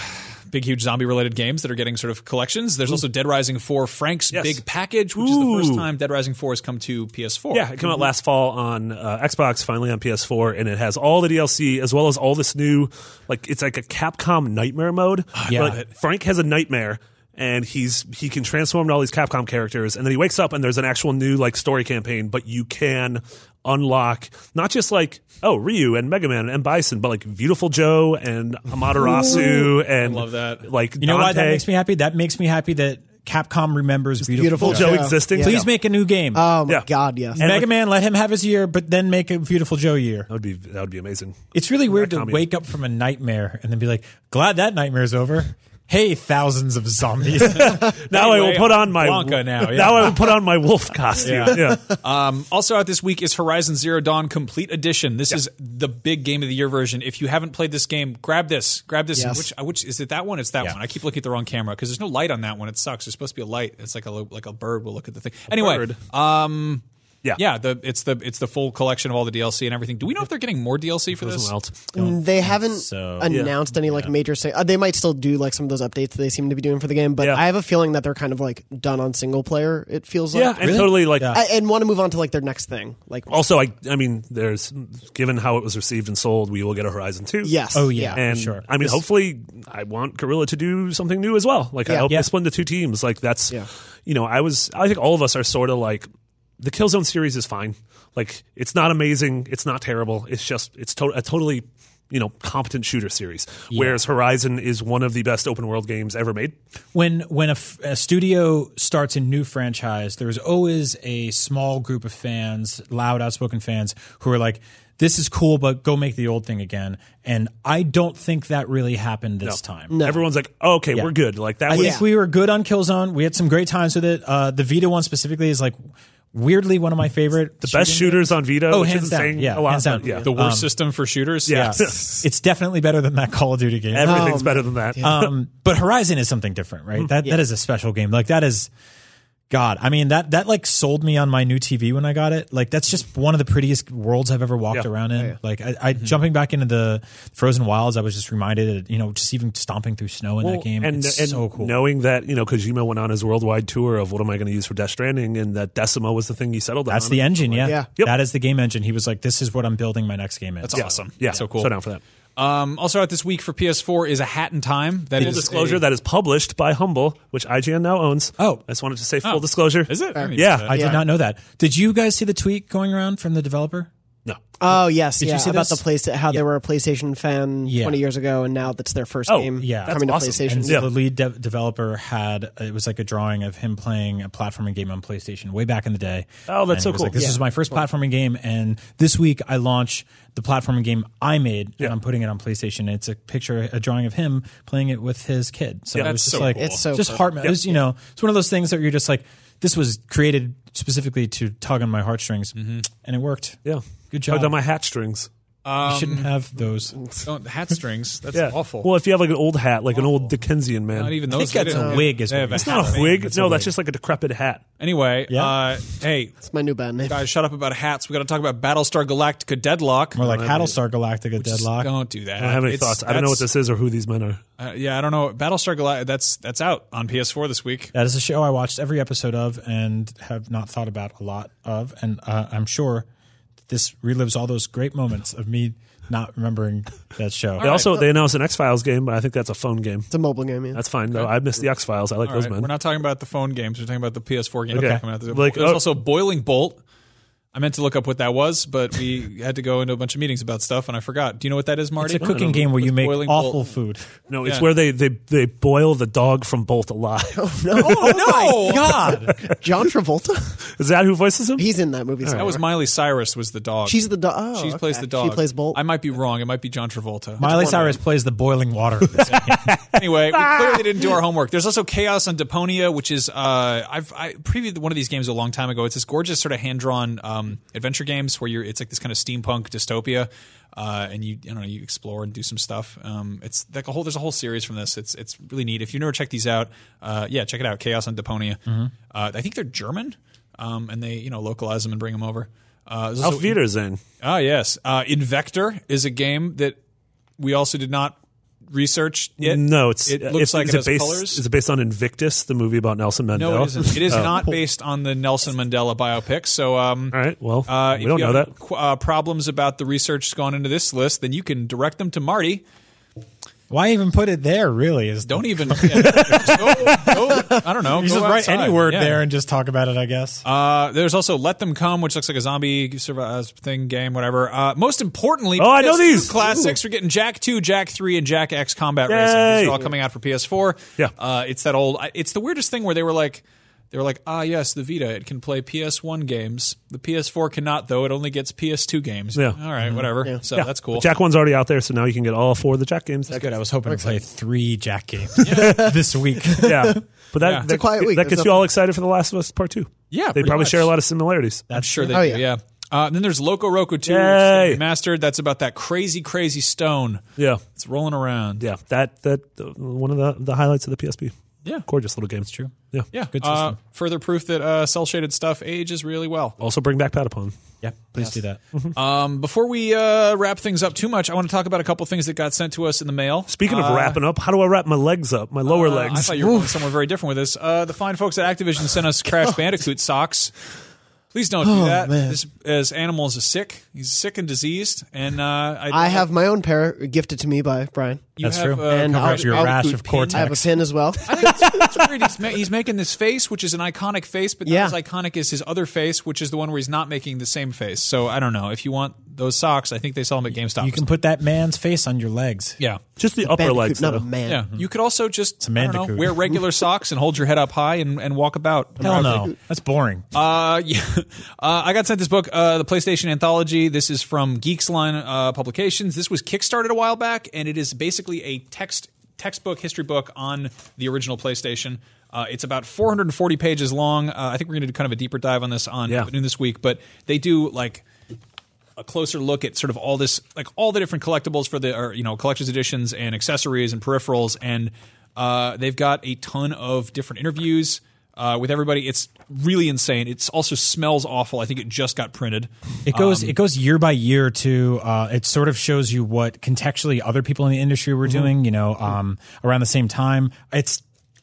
C: big, huge zombie related games that are getting sort of collections. There's also Dead Rising 4 Frank's
G: Hmm. Yes.
C: Big Package, which is the first
G: Ooh.
C: time Dead Rising 4 has come to PS4.
G: Yeah, it came out last fall on uh, Xbox, finally on PS4, and it has all the DLC as well as all this new, like it's like a Capcom nightmare mode.
H: Oh, Yeah.
G: Like, Frank has a nightmare, and he's he can transform into all these Capcom characters, and then he wakes up and there's an actual new like story campaign, but you can unlock not just like oh Ryu and Mega Man and Bison, but like Beautiful Joe and Amaterasu and
C: love that.
G: Like
H: You know why that
G: Dante.
H: makes me happy? That makes me happy that Capcom remembers beautiful,
F: Beautiful
G: Joe
F: Joe.
G: existing.
F: Yeah.
H: Please make a new game.
F: Oh my
G: Yeah.
F: god, yes.
G: And
H: Mega
G: with-
H: Man, let him have his year, but then make a beautiful Joe year.
G: That would be that would be amazing.
H: It's really weird to
G: Konami.
H: wake up from a nightmare and then be like, glad that nightmare's over. Hey, thousands of zombies.
G: Now Oh, I
C: Anyway,
G: will put on my
H: Blanca now, yeah.
G: I will put on my wolf costume.
H: Yeah.
G: yeah.
C: Um, also out this week is Horizon Zero Dawn Complete Edition. This is the big game of the year version. If you haven't played this game, grab this. Grab this.
F: Yes.
C: Which uh, which is it? That one? It's that
H: Yeah.
C: one. I keep looking at the wrong camera because there's no light on that one. It sucks. There's supposed to be a light. It's like a lo- like a bird will look at the thing. Anyway,
G: bird.
C: um,
G: Yeah.
C: yeah. The it's the it's the full collection of all the DLC and everything. Do we know if they're getting more DLC for this?
F: Mm, They haven't
H: so.
F: announced any like major. Sing- uh, they might still do like some of those updates that they seem to be doing for the game, but
G: Yeah.
F: I have a feeling that they're kind of like done on single player. It feels
G: Yeah,
F: like,
G: and totally like.
F: I, and want to move on to like their next thing. Like,
G: Also, I I mean, there's given how it was received and sold, we will get a Horizon two.
F: yes,
H: Oh, yeah.
G: And
H: sure.
G: I mean, hopefully, I want Gorilla to do something new as well. Like, I
F: Yeah.
G: hope
H: Yeah.
G: they split into two teams. Like, that's,
F: Yeah.
G: you know, I was, I think all of us are sort of like, the Killzone series is fine. Like, it's not amazing. It's not terrible. It's just, it's to- a totally, you know, competent shooter series. Whereas Horizon is one of the best open world games ever made.
H: when when a, f- a studio starts a new franchise, there's always a small group of fans, loud, outspoken fans, who are like, "This is cool, but go make the old thing again." And I don't think that really happened this time.
G: Everyone's like, oh, okay, we're good. Like, that
H: I
G: was.
H: think we were good on Killzone. We had some great times with it. Uh, the Vita one specifically is like weirdly one of my favorite. The
G: Best shooters on Vita,
H: Oh,
G: which
H: hands
G: isn't
H: down.
G: saying
H: Yeah,
G: a lot.
H: hands down.
G: but yeah.
C: The worst system for shooters.
G: Um, Yeah. *laughs*
H: *laughs* it's definitely better than that Call of Duty game.
G: Everything's better than that.
H: um, but Horizon is something different,
G: Mm-hmm.
H: right? That that is a special game. Like that is, God, I mean that that like sold me on my new TV when I got it. Like that's just one of the prettiest worlds I've ever walked
G: Yeah. Mm-hmm.
H: around in. Like I, I jumping back into the frozen wilds, I was just reminded, that, you know, just even stomping through snow in that
G: Well,
H: game.
G: And,
H: it's
G: and
H: so cool.
G: knowing that you know Kojima went on his worldwide tour of what am I going to use for Death Stranding, and that Decima was the thing he settled on.
H: that's the engine, yeah.
F: Yeah.
G: Yep.
H: That is the game engine. He was like, "This is what I'm building my next game in." That's
G: Yeah.
C: Awesome.
G: Yeah,
C: So cool.
G: So down for that.
C: Um, also out this week for PS4 is A Hat in Time. That is
G: Full disclosure:
C: a-
G: that is published by Humble, which IGN now owns.
H: Oh.
G: I just wanted to say
C: Oh.
G: full disclosure.
C: Is it? uh, I didn't
G: Yeah,
C: even
H: I
C: see that.
H: did not know that. Did you guys see the tweet going around from the developer?
G: No.
F: Oh yes,
H: you
F: yeah.
H: see
F: about
H: this?
F: the place how they were a PlayStation fan
H: Yeah.
F: twenty years ago, and now that's their first
G: Oh,
F: game.
H: yeah.
F: coming to
G: That's awesome.
F: PlayStation.
H: And
G: Yeah.
H: the lead de- developer had it was like a drawing of him playing a platforming game on PlayStation way back in the day.
G: Oh, that's
H: And
G: so
H: he was
G: cool.
H: Like, this is my first platforming game, and this week I launch the platforming game I made, and I'm putting it on PlayStation. It's a picture, a drawing of him playing it with his kid. So it
C: That's
H: was just
C: so
H: like
C: cool.
F: It's so
H: just
F: cool.
H: heart. It was, you know, it's one of those things that you're just like, this was created specifically to tug on my heartstrings, and it worked.
G: Mm-hmm. Yeah.
H: Good
G: Oh,
H: job.
G: down my Um, hat strings.
H: you shouldn't have those.
C: Don't, hat strings. That's
G: Yeah.
C: awful.
G: Well, if you have like an old hat, like an old Dickensian man.
C: not even
H: I
C: those.
H: think
C: they
H: that's
C: didn't-
H: a wig is
C: they
H: what
C: have
H: it
C: a
H: is. It's
C: hat
G: not a
C: thing.
G: wig.
H: That's a
G: no,
H: wig.
G: that's just like a decrepit hat.
C: Anyway,
H: Yeah.
C: uh, hey,
F: It's my new band name.
C: guys, shut up about hats. We got to talk about Battlestar Galactica Deadlock.
H: More like Battlestar Galactica Deadlock.
C: Don't do that.
G: I don't have any
C: It's-
G: thoughts. I don't know what
C: that's-
G: this is or who these men are.
C: uh, yeah, I don't know. Battlestar Galactica. That's that's out on PS4 this week.
H: That is a show I watched every episode of and have not thought about a lot of, and uh, I'm sure this relives all those great moments of me not remembering that show.
G: They also they announced an X Files game, but I think that's a phone game.
F: It's a mobile game. Yeah.
G: That's fine though. I missed the X Files. I like
C: All
G: those
C: right,
G: men.
C: We're not talking about the phone games. We're talking about the PS4 games
G: Okay.
C: coming out. This
G: Like,
C: There's
G: oh.
C: also Boiling Bolt. I meant to look up what that was, but we *laughs* had to go into a bunch of meetings about stuff, and I forgot. Do you know what that is, Marty?
H: It's a cooking game where you
C: With
H: make
C: Boiling
H: awful
C: Bolt.
H: food.
G: No, it's
C: Yeah.
G: where they, they, they boil the dog from
F: *laughs*
G: Bolt alive.
C: *laughs* Oh no!
H: God,
F: John Travolta. *laughs*
G: Is that who voices him?
F: He's in that movie.
C: *laughs* That was Miley Cyrus was the dog.
F: She's the dog. Oh,
C: she plays
F: okay.
C: the dog.
F: She plays Bolt.
C: I might be wrong. It might be John Travolta.
H: Miley Cyrus plays the boiling water. in
C: *laughs*
H: this game.
C: anyway, we clearly didn't do our homework. There's also Chaos on Deponia, which is uh, I've I previewed one of these games a long time ago. It's this gorgeous sort of hand drawn um, adventure games where you're it's like this kind of steampunk dystopia, uh, and you you know you explore and do some stuff. Um, it's like a whole there's a whole series from this. It's it's really neat. If you have never checked these out, uh, yeah, check it out. Chaos on Deponia. Uh, I think they're German, um, and they you know localize them and bring them over. Uh, there's also-
G: Alf Wiedersehen.
C: Ah, yes. Uh, Invector is a game that we also did not research it?
G: no, it's
C: it
G: it's-
C: looks like
G: is
C: it has
G: based,
C: colors.
G: Is it based on Invictus, the movie about Nelson Mandela?
C: no, it isn't. It is
G: *laughs* Oh.
C: not based on the Nelson Mandela biopic. So, um,
G: All right. Well,
C: uh,
G: we
C: if
G: don't
C: you
G: know
C: have
G: that.
C: any qu- uh, problems about the research that's gone into this list, then you can direct them to Marty.
H: Why even put it there? Really, is
C: Don't
G: *laughs*
C: even. yeah, just go, go- I don't know.
H: You
C: go
H: just write
C: outside.
H: any word
C: Yeah.
H: there and just talk about it. I guess.
C: Uh, there's also Let Them Come, which looks like a zombie survive- thing game, whatever. Uh, most importantly,
G: Oh, I know
C: PS2
G: these.
C: classics. We're getting Jack 2, Jack 3, and Jack X Combat Racing.
G: Yay.
C: These are all coming out for PS4.
G: Yeah.
C: uh, it's that old. I- It's the weirdest thing where they were like, they were like, ah, yes, the Vita. It can play PS1 games. The PS4 cannot, though. It only gets PS2 games.
G: Yeah.
C: All right, whatever. So
G: Yeah.
C: that's cool.
G: Jack one's already out there, so now you can get all four of the Jack games.
H: Good. I was hoping to play three Jack games this week.
C: *laughs*
G: yeah, but that,
C: Yeah.
G: that
C: It's a
F: quiet week.
G: That gets
F: There's
G: you all excited for The Last of Us Part Two.
C: Yeah,
G: they
C: pretty
G: probably
C: much.
G: share a lot of similarities.
C: I'm sure they
F: Oh,
C: do. Yeah.
F: yeah.
C: Uh, and then there's Loco Roco 2 which
G: Yay.
C: is remastered. That's about that crazy, crazy stone.
G: Yeah,
C: It's rolling around.
G: yeah. That that uh, one of the the highlights of the PSP.
C: Yeah.
G: gorgeous little game. It's true. Yeah,
C: Yeah,
H: Good
C: uh,
H: system.
C: further proof that uh, cell shaded stuff ages really well.
G: Also bring back Patapon.
H: *laughs* Yeah, please do that.
C: Um, before we uh, wrap things up too much, I want to talk about a couple things that got sent to us in the mail.
G: Speaking of wrapping up, how do I wrap my legs up? My lower
C: Uh, I
G: legs.
C: thought you were going somewhere very different with this. Uh, the fine folks at Activision sent us
H: *laughs*
C: Crash Bandicoot socks. Please don't
F: Oh,
C: do that. This as animals is sick. He's sick and diseased, and uh, I,
F: I have my own pair gifted to me by Brian.
C: you
H: That's
C: have,
H: true.
C: Uh,
F: And
H: Covers
F: I'll-
H: your
F: I'll
H: rash
F: include
H: of
F: pins. I have a
H: cortex.
F: pin as
H: *laughs*
F: well.
C: I think it's, it's weird. He's, ma- he's making this face, which is an iconic face, but not
F: Yeah.
C: as iconic as his other face, which is the one where he's not making the same face. So I don't know. If you want those socks, I think they sell them at GameStop.
H: You can put that man's face on your legs.
C: yeah.
G: *laughs* Just the upper
F: Bandicoot,
G: legs.
F: not a
G: though.
F: man.
C: Yeah, you could also just
H: a
C: I don't know,
H: mandicoot.
C: wear regular socks and hold your head up high and, and walk about.
H: Hell no, that's boring.
C: Uh, yeah. *laughs* uh, I got sent this book, uh, the PlayStation Anthology. This is from Geeks Line uh, Publications. This was kickstarted a while back, and it is basically a text textbook history book on the original PlayStation. Uh, it's about 440 pages long. Uh, I think we're going to do kind of a deeper dive on this on
G: Yeah.
C: Noon this week, but they do like a closer look at sort of all this, like all the different collectibles for the, or, you know, collector's editions and accessories and peripherals. And uh, they've got a ton of different interviews uh, with everybody. It's really insane. It also smells awful. I think it just got printed.
H: It
F: Um,
H: goes it goes year by year to uh, it sort of shows you what contextually other people in the industry were
F: Mm-hmm.
H: doing. You know, um, around the same time, it's.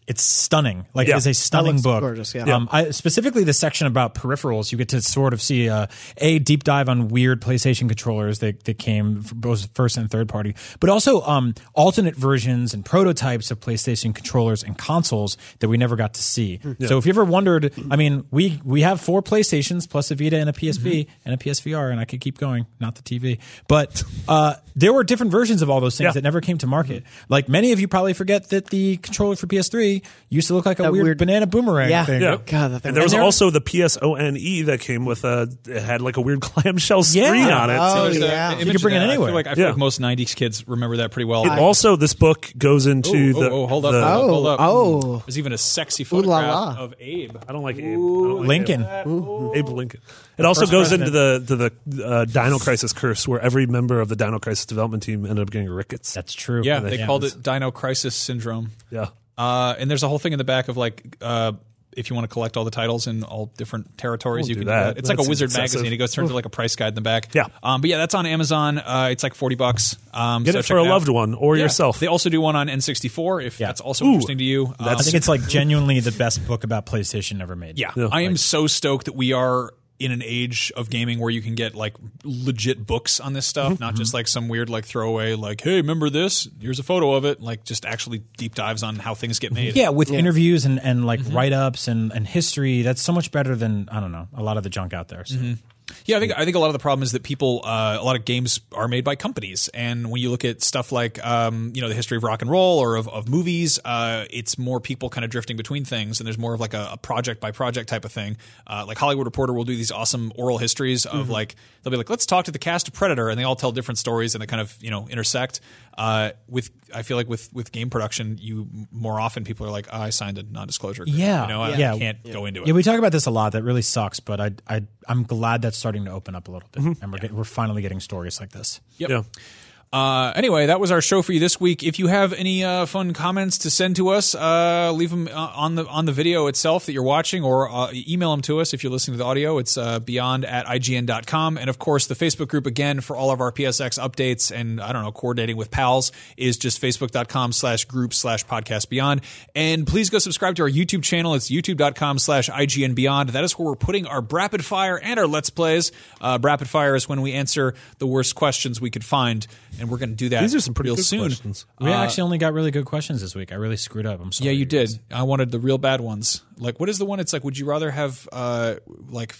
H: It's stunning. Like
G: Yeah.
H: it is a stunning
F: looks
H: book.
F: gorgeous, yeah.
H: Um, I, specifically, the section about peripherals, you get to sort of see uh, a deep dive on weird PlayStation controllers that, that came from both first and third party, but also um, alternate versions and prototypes of PlayStation controllers and consoles that we never got to see. So if you ever wondered, I mean, we we have four PlayStations plus a Vita and a PSP and a PSVR, and I could keep going, not the TV, but uh, there were different versions of all those things
G: Yeah.
H: that never came to market. Like many of you probably forget that the controller for PS3 used to look like a
F: That
H: weird,
F: weird-
H: banana boomerang
F: Yeah.
H: thing.
G: Yeah.
F: God, that thing
G: and there was
F: was-
G: also the PSONE E that came with a it had like a weird *laughs* clamshell screen
H: Yeah.
G: on it.
F: Oh,
G: so
C: There's a-
F: yeah.
C: an
F: You
C: image
H: can bring
C: of
H: it
C: that. I
H: anywhere.
C: feel like, I feel
G: Yeah.
C: like most 90s kids remember that pretty well.
G: it also this book goes into
C: oh,
G: the
C: oh, hold up,
G: the-
C: hold up, hold up.
F: Oh.
C: There's even a sexy
F: Ooh la
C: photograph
F: la.
C: of Abe.
G: I don't like Abe. I don't like
H: Lincoln.
G: Abe. Abe Lincoln. It also goes into the to the uh, Dino Crisis curse, where every member of the Dino Crisis development team ended up getting rickets.
H: That's true.
C: Yeah, they called
G: it's-
C: it Dino Crisis Syndrome.
G: yeah.
C: Uh, and there's a whole thing in the back of like, uh, if you want to collect all the titles in all different territories,
G: Don't
C: you
G: do
C: can do
G: that.
C: that. It's like
G: That's
C: a Wizard
G: excessive.
C: magazine. It goes turned to like a price guide in the back.
G: Yeah.
C: Um, but yeah, that's on Amazon. Uh, it's like 40 bucks. Um,
G: Get
C: so
G: it
C: check
G: for a
C: out.
G: loved one or
C: Yeah.
G: yourself.
C: They also do one on N64 if that's also
G: Ooh.
C: interesting to you. Um,
H: I think it's like genuinely the best book about PlayStation ever made.
C: Yeah. I am so stoked that we are in an age of gaming where you can get like legit books on this stuff,
G: Mm-hmm.
C: not just like some weird like throwaway like, hey, remember this? Here's a photo of it. Like just actually deep dives on how things get made.
H: Yeah, Mm-hmm. with interviews and, and like write ups and, and history, that's so much better than I don't know a lot of the junk out there. So.
C: Yeah, I think I think a lot of the problem is that people, uh, a lot of games are made by companies, and when you look at stuff like um, you know the history of rock and roll or of, of movies, uh, it's more people kind of drifting between things, and there's more of like a, a project by project type of thing. Uh, like Hollywood Reporter will do these awesome oral histories of
H: Mm-hmm.
C: like they'll be like, let's talk to the cast of Predator, and they all tell different stories and they kind of you know intersect. Uh, with I feel like with with game production, you more often people are like, "Ah, I signed a non disclosure.
H: Yeah.
C: you know, I,
H: Yeah.
C: I can't go into it.
H: Yeah, we talk about this a lot. That really sucks, but I Mm-hmm. I I'm glad that's starting to open up a little bit, and we're get, we're finally getting stories like this.
C: Yep.
G: Yeah.
C: Uh, anyway, that was our show for you this week. If you have any uh, fun comments to send to us, uh, leave them uh, on the on the video itself that you're watching, or uh, email them to us if you're listening to the audio. It's uh, beyond at ign.com, and of course the Facebook group again for all of our PSX updates and I don't know coordinating with pals is just facebook.com slash group slash podcast beyond. And please go subscribe to our YouTube channel. It's youtube.com slash IGN Beyond. That is where we're putting our rapid fire and our let's plays. Uh, rapid fire is when we answer the worst questions we could find, and we're going to do that.
G: These are some pretty
C: real
G: good
C: soon.
G: questions.
H: We actually only got really good questions this week. I really screwed up. I'm sorry.
C: Yeah, you did. I wanted the real bad ones. Like, what is the one? It's like, would you rather have uh, like,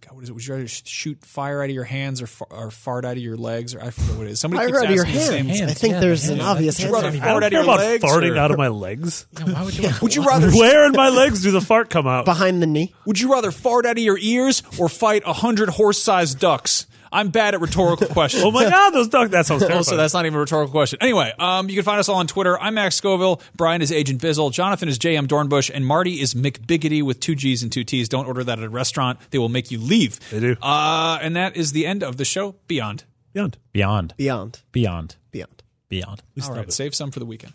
C: God, what is it? Would you rather sh- shoot fire out of your hands or, fa- or fart out of your legs? Or I forget what it is. Somebody
F: Fire
C: keeps
F: out of your
C: asking the same-
F: hands. I
H: Hands,
F: think
H: yeah,
F: there's
H: the
F: an
H: hands.
F: obvious
H: Would you
F: answer.
C: rather
G: I
C: Fart
G: don't
C: out
G: care
C: of
G: about
C: your legs
G: farting
C: or-
G: out of my legs.
H: *laughs* Yeah, why would you?
C: Would you rather?
G: Where in my legs do the fart come out?
F: Behind the knee.
C: Would you rather fart out of your ears or fight a hundred horse-sized ducks? I'm bad at
G: *laughs*
C: rhetorical questions.
G: Oh my god, those duck. That sounds terrifying.
C: Also, that's not even a rhetorical question. Anyway, um, you can find us all on Twitter. I'm Max Scoville. Brian is Agent Bizzle. Jonathan is JM Dornbush. And Marty is McBiggity with two G's and two T's. Don't order that at a restaurant. They will make you leave.
G: They do.
C: Uh, and that is the end of the show. Beyond.
G: Beyond.
H: Beyond.
F: Beyond.
H: Beyond.
F: Beyond.
H: Beyond.
C: All right, save some for the weekend.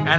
I: and